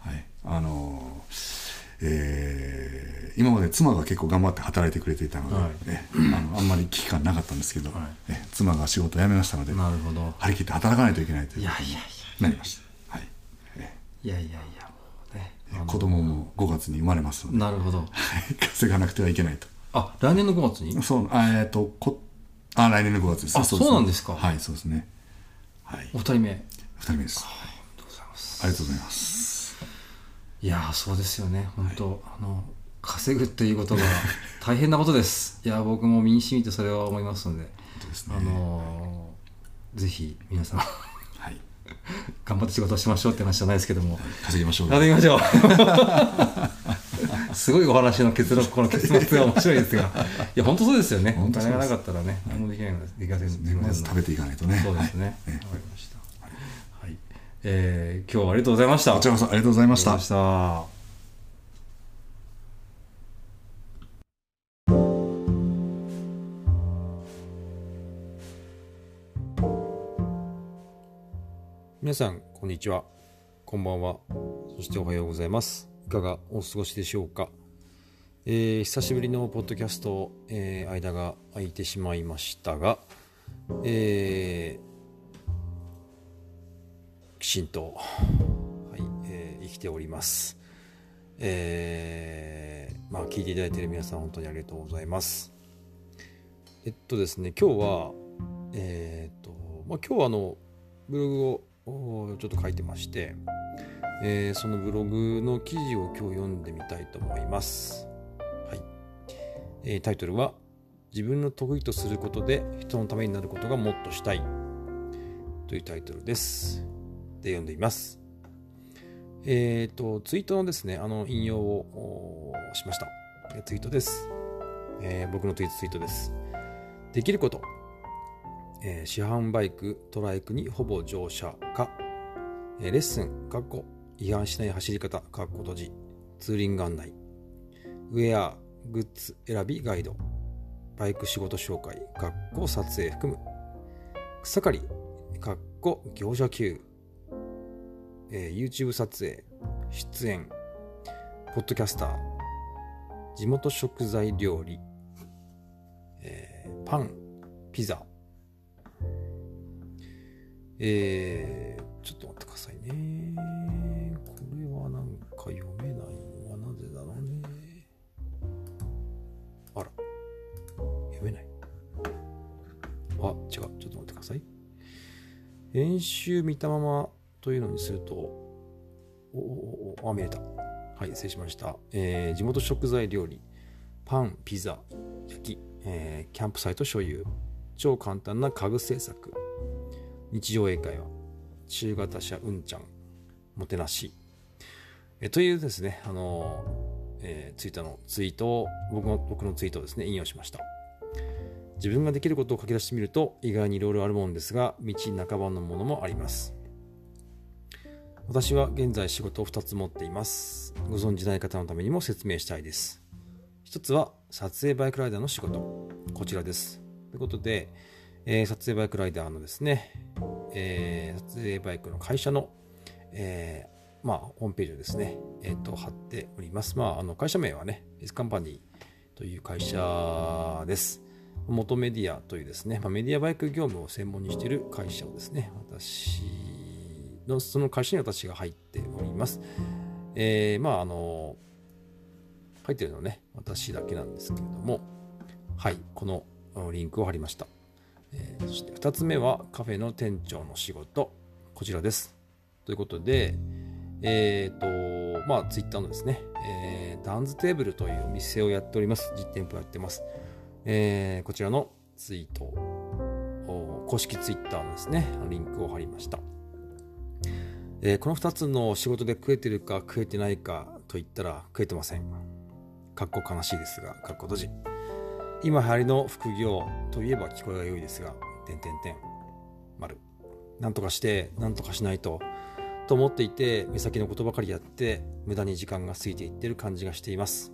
Speaker 2: はいあのーえー今まで妻が結構頑張って働いてくれていたので、
Speaker 1: はい
Speaker 2: えーあのあんまり危機感なかったんですけど、
Speaker 1: はい
Speaker 2: えー妻が仕事を辞めましたので
Speaker 1: なるほど
Speaker 2: 張り切って働かないといけないと
Speaker 1: い
Speaker 2: いう
Speaker 1: や
Speaker 2: ふう
Speaker 1: い
Speaker 2: に
Speaker 1: や
Speaker 2: なりました、はいえ
Speaker 1: いやいやいやいやもうね
Speaker 2: ー子供も5月に生まれますので
Speaker 1: なるほど
Speaker 2: はい (laughs) 稼がなくてはいけないと
Speaker 1: あ来年の5月に
Speaker 2: そう、あえっ、と、こ、あ、来年の5月です。
Speaker 1: あ
Speaker 2: ね
Speaker 1: そうなんですか
Speaker 2: はい、そうですね。はい
Speaker 1: お、二人目あり
Speaker 2: 二人目です。
Speaker 1: がとうございま
Speaker 2: あ
Speaker 1: す
Speaker 2: りがとうございます。
Speaker 1: いやーそうですよね本当、あの稼ぐっていう (laughs) ことが大変なことですいやー僕も身にしみてそれは思いますので、
Speaker 2: 本当ですね。
Speaker 1: あのーぜひ皆さん (laughs)
Speaker 2: はい、
Speaker 1: 頑張って仕事をしましょうって話じゃないですけども
Speaker 2: 稼ぎましょう。
Speaker 1: やっていきましょう (laughs) すごいお話の結論この結末が面白いですがいや本当そうですよねお
Speaker 2: 本当そ
Speaker 1: 金
Speaker 2: うです
Speaker 1: がなかったらね何もできないのでできません
Speaker 2: ねまず食べていかないとね。
Speaker 1: そうですね。
Speaker 2: はい
Speaker 1: わ、かりました。はい。えー今日はありがとうございました。
Speaker 2: こちらこそありがとうございました
Speaker 1: ありがとうございま。した。皆さん、こんにちは。こんばんは。そしておはようございます。いかがお過ごしでしょうか。えー久しぶりのポッドキャスト、えー間が空いてしまいましたが、えーきちんと、はいえー生きております。えーまあ、聞いていただいている皆さん、本当にありがとうございます。えっとですね、今日は、えーっと、まあ、今日はあの、ブログをおちょっと書いてまして、えーそのブログの記事を今日読んでみたいと思います。はい。えータイトルは、自分の得意とすることで人のためになることがもっとしたいというタイトルです。って読んでいます。えっ、と、ツイートのですね、あの、引用をおしました。えツイートです。えー僕のツイツイートです。できること。えー市販バイク、トライクにほぼ乗車か。えーレッスン、かっこ、違反しない走り方、かっこ閉じ。ツーリング案内。ウェア、グッズ選びガイド。バイク仕事紹介、かっこ撮影含む。草刈り、かっこ業者級。えー YouTube 撮影、出演、ポッドキャスター、地元食材料理、えーパン、ピザ、えーちょっと待ってくださいね。これはなんか読めないのはなぜだろうね。あら、読めない。あ、違う。ちょっと待ってください。演習見たままというのにすると、おおおおあ、見えた。はい、失礼しました。えー地元食材料理、パン、ピザ、焼き、えーキャンプサイト所有、超簡単な家具製作、日常英会話、中型車うんちゃん、もてなし。えーというですね、あのーえーツイッターのツイートを、僕の僕のツイートをですね、引用しました。自分ができることを書き出してみると意外にいろいろあるものですが道半ばのものもあります私は現在仕事を2つ持っていますご存じない方のためにも説明したいです一つは撮影バイクライダーの仕事こちらですということで、えー撮影バイクライダーのですね、えー撮影バイクの会社の、えーまあ、ホームページをですね、えー、と貼っております、まあ、あの会社名はね S カンパニーという会社です元メディアというですね、まあ、メディアバイク業務を専門にしている会社をですね、私の、その会社に私が入っております。えーまあ、あの、入ってるのはね、私だけなんですけれども、はい、このあのリンクを貼りました。えーそして2つ目はカフェの店長の仕事、こちらです。ということで、えっ、と、まあ、ツイッターのですね、えーダンズテーブルというお店をやっております。実店舗やってます。えーこちらのツイートお公式ツイッターのですねリンクを貼りました、えーこの2つの仕事で食えてるか食えてないかと言ったら食えてませんかっこ悲しいですがかっこ閉じ今流行りの副業といえば聞こえが良いですが点点点丸なんとかしてなんとかしないとと思っていて目先のことばかりやって無駄に時間が過ぎていってる感じがしています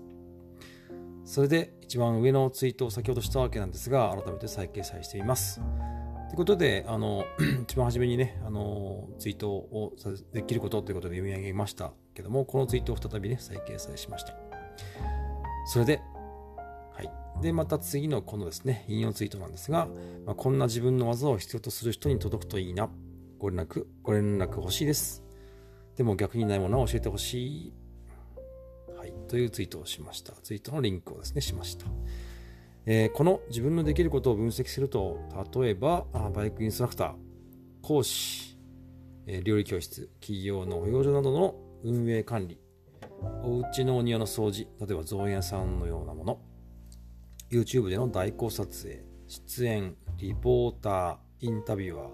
Speaker 1: それで一番上のツイートを先ほどしたわけなんですが、改めて再掲載しています。ということで、あの、 (clears throat) 一番初めにね、あの、ツイートをさできることということで読み上げましたけども、このツイートを再びね、再掲載しました。それで、はい。で、また次のこのですね、引用ツイートなんですが、まあ、こんな自分の技を必要とする人に届くといいな。ご連絡、ご連絡欲しいです。でも逆にないものは教えてほしい。はい、というツイートをしました。ツイートのリンクをですね、しました。えーこの自分のできることを分析すると、例えば、あバイクインストラクター、講師、えー料理教室、企業の保養所などの運営管理、お家のお庭の掃除、例えば造園屋さんのようなもの、YouTube での代行撮影、出演、リポーター、インタビュアー、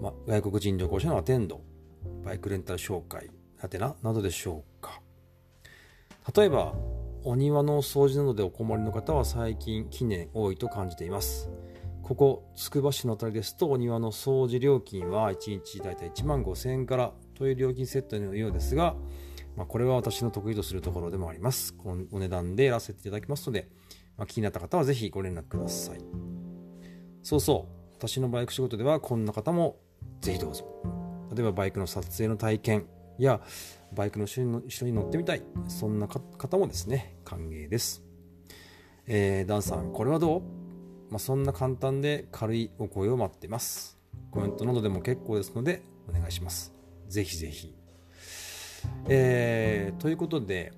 Speaker 1: ま、外国人旅行者のアテンド、バイクレンタル紹介、はてな、などでしょうか。例えばお庭の掃除などでお困りの方は最近近年多いと感じていますここつくば市のあたりですとお庭の掃除料金は1日だいたい1万5000円からという料金セットのようですが、まあ、これは私の得意とするところでもありますこのお値段でやらせていただきますので、まあ、気になった方はぜひご連絡くださいそうそう私のバイク仕事ではこんな方もぜひどうぞ例えばバイクの撮影の体験やバイクの後ろに後ろに乗ってみたいそんなか方もですね歓迎です、えーダンさんこれはどう、まあ、そんな簡単で軽いお声を待ってますコメントなどでも結構ですのでお願いしますぜひぜひえーということで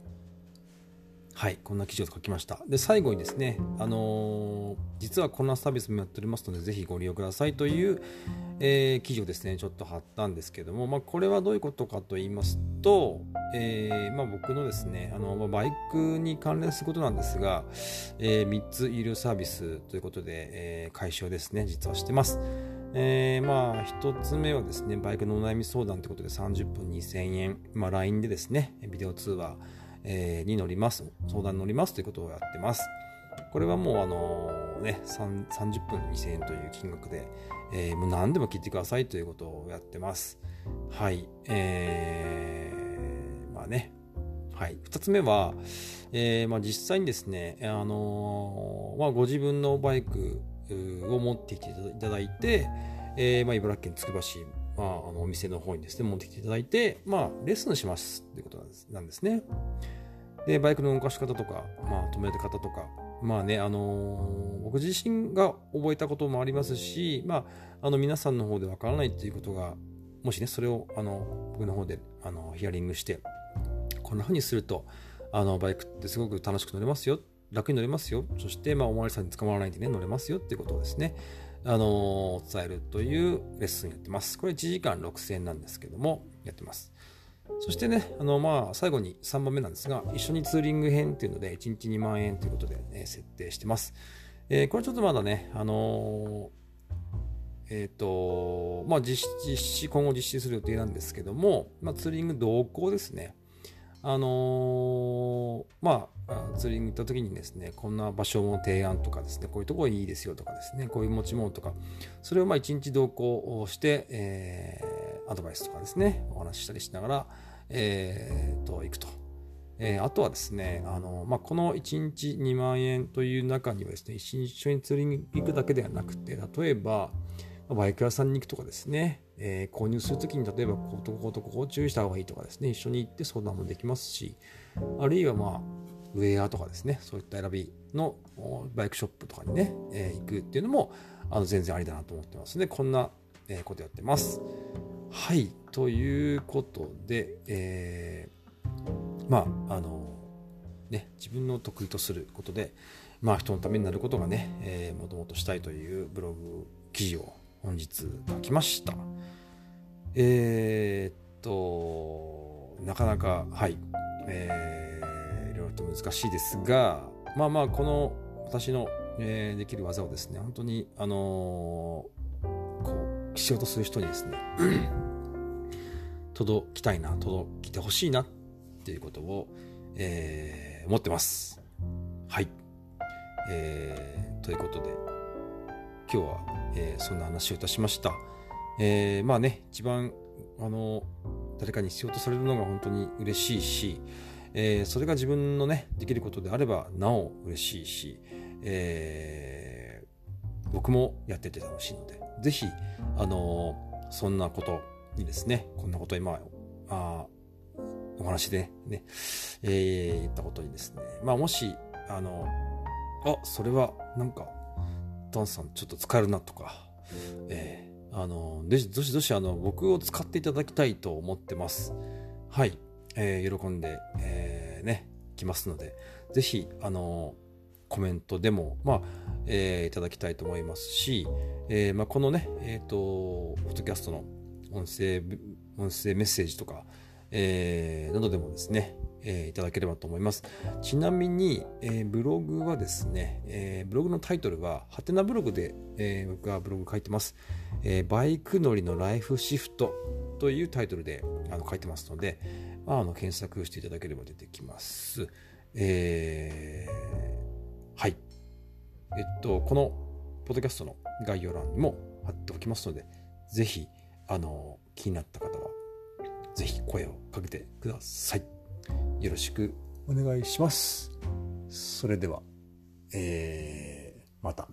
Speaker 1: はいこんな記事を書きましたで最後にですねあのー実はこんなサービスもやっておりますのでぜひご利用くださいというえー記事をですねちょっと貼ったんですけども、まあ、これはどういうことかと言いますと、えーまあ、僕のですねあの、まあ、バイクに関連することなんですが、え3つ有料サービスということで、えー、開始をですね実はしてます、えーまあ1つ目はですねバイクのお悩み相談ということで30分2000円、まあ、LINE でですねビデオ通話、えーに乗ります相談に乗りますということをやってますこれはもうあのね3 30分2000円という金額で、えーもう何でも聞いてくださいということをやってますはいえー、まあねはい、2つ目は、えーまあ、実際にですね、あのーまあ、ご自分のバイクうーを持ってきていただいて、えーまあ、茨城県つくば市、まあ、あのお店の方にですね持ってきていただいて、まあ、レッスンしますっていうことなんですなんですね。でバイクの動かし方とか、まあ、止める方とか、まあねあのー僕自身が覚えたこともありますし、まあ、あの皆さんの方でわからないっていうことがもしねそれをあの僕の方であのヒアリングしてこんな風にするとあのバイクってすごく楽しく乗れますよ楽に乗れますよそして、まあ、お巡りさんに捕まらないでね乗れますよっていうことをですね、あのー伝えるというレッスンやってますこれ1時間6000円なんですけどもやってますそしてねあのまあ最後に3番目なんですが一緒にツーリング編っていうので1日2万円ということで、ね、設定してます、えーこれちょっとまだねあのーえっ、と、まあ実施、実施、今後実施する予定なんですけども、まあツーリング同行ですね。あのーまあ、あツーリング行った時にですね、こんな場所の提案とかですね、こういうとこいいですよとかですね、こういう持ち物とか、それをまあ一日同行をして、えーアドバイスとかですね、お話ししたりしながら、えーと、行くと。えーあとはですね、あのまあ、この1日2万円という中にはですね、一緒にツーリング行くだけではなくて、例えば、まあバイク屋さんに行くとかですね、えー購入するときに例えばこことこことここを注意した方がいいとかですね、一緒に行って相談もできますし、あるいはまあ、ウェアとかですね、そういった選びのおバイクショップとかにね、えー行くっていうのもあの全然ありだなと思ってますので、こんな、えーことやってます。はい、ということで、えーまああのね自分の得意とすることでまあ人のためになることがね、えーもともとしたいというブログ記事を本日書きましたえーっとなかなかはいえーいろいろと難しいですがまあまあこの私の、えーできる技をですね本当にあのーこうしようとする人にですね届きたいな届きてほしいなっていうことを、えー思ってます。はい。えーということで、今日は、えーそんな話をいたしました。えーまあね、一番、あの、誰かに必要とされるのが本当に嬉しいし、えーそれが自分のね、できることであれば、なお嬉しいし、えー僕もやってて楽しいので、ぜひ、あのそんなことにですね、こんなこと今、あーお話でね、えー言ったことにですね、まあもし、あの、あ、それはなんか、ダンさんちょっと使えるなとか、えーあの、でどしどしあの、僕を使っていただきたいと思ってます。はい。えー喜んで、えーね、来ますので、ぜひ、あの、コメントでも、まあ、えーいただきたいと思いますし、えーまあ、このね、えっ、と、フォトキャストの音声、音声メッセージとか、えーなどでもですね、えーいただければと思います。ちなみに、えーブログはですね、えーブログのタイトルは、ハテナブログで、えー僕はブログ書いてます、えーバイク乗りのライフシフトというタイトルであの書いてますので、まあ、あの検索していただければ出てきます。えーはい。えっと、このポッドキャストの概要欄にも貼っておきますので、ぜひ、あの、気になった方は、ぜひ声をかけてください。よろしくお願いします。それでは、えー、また。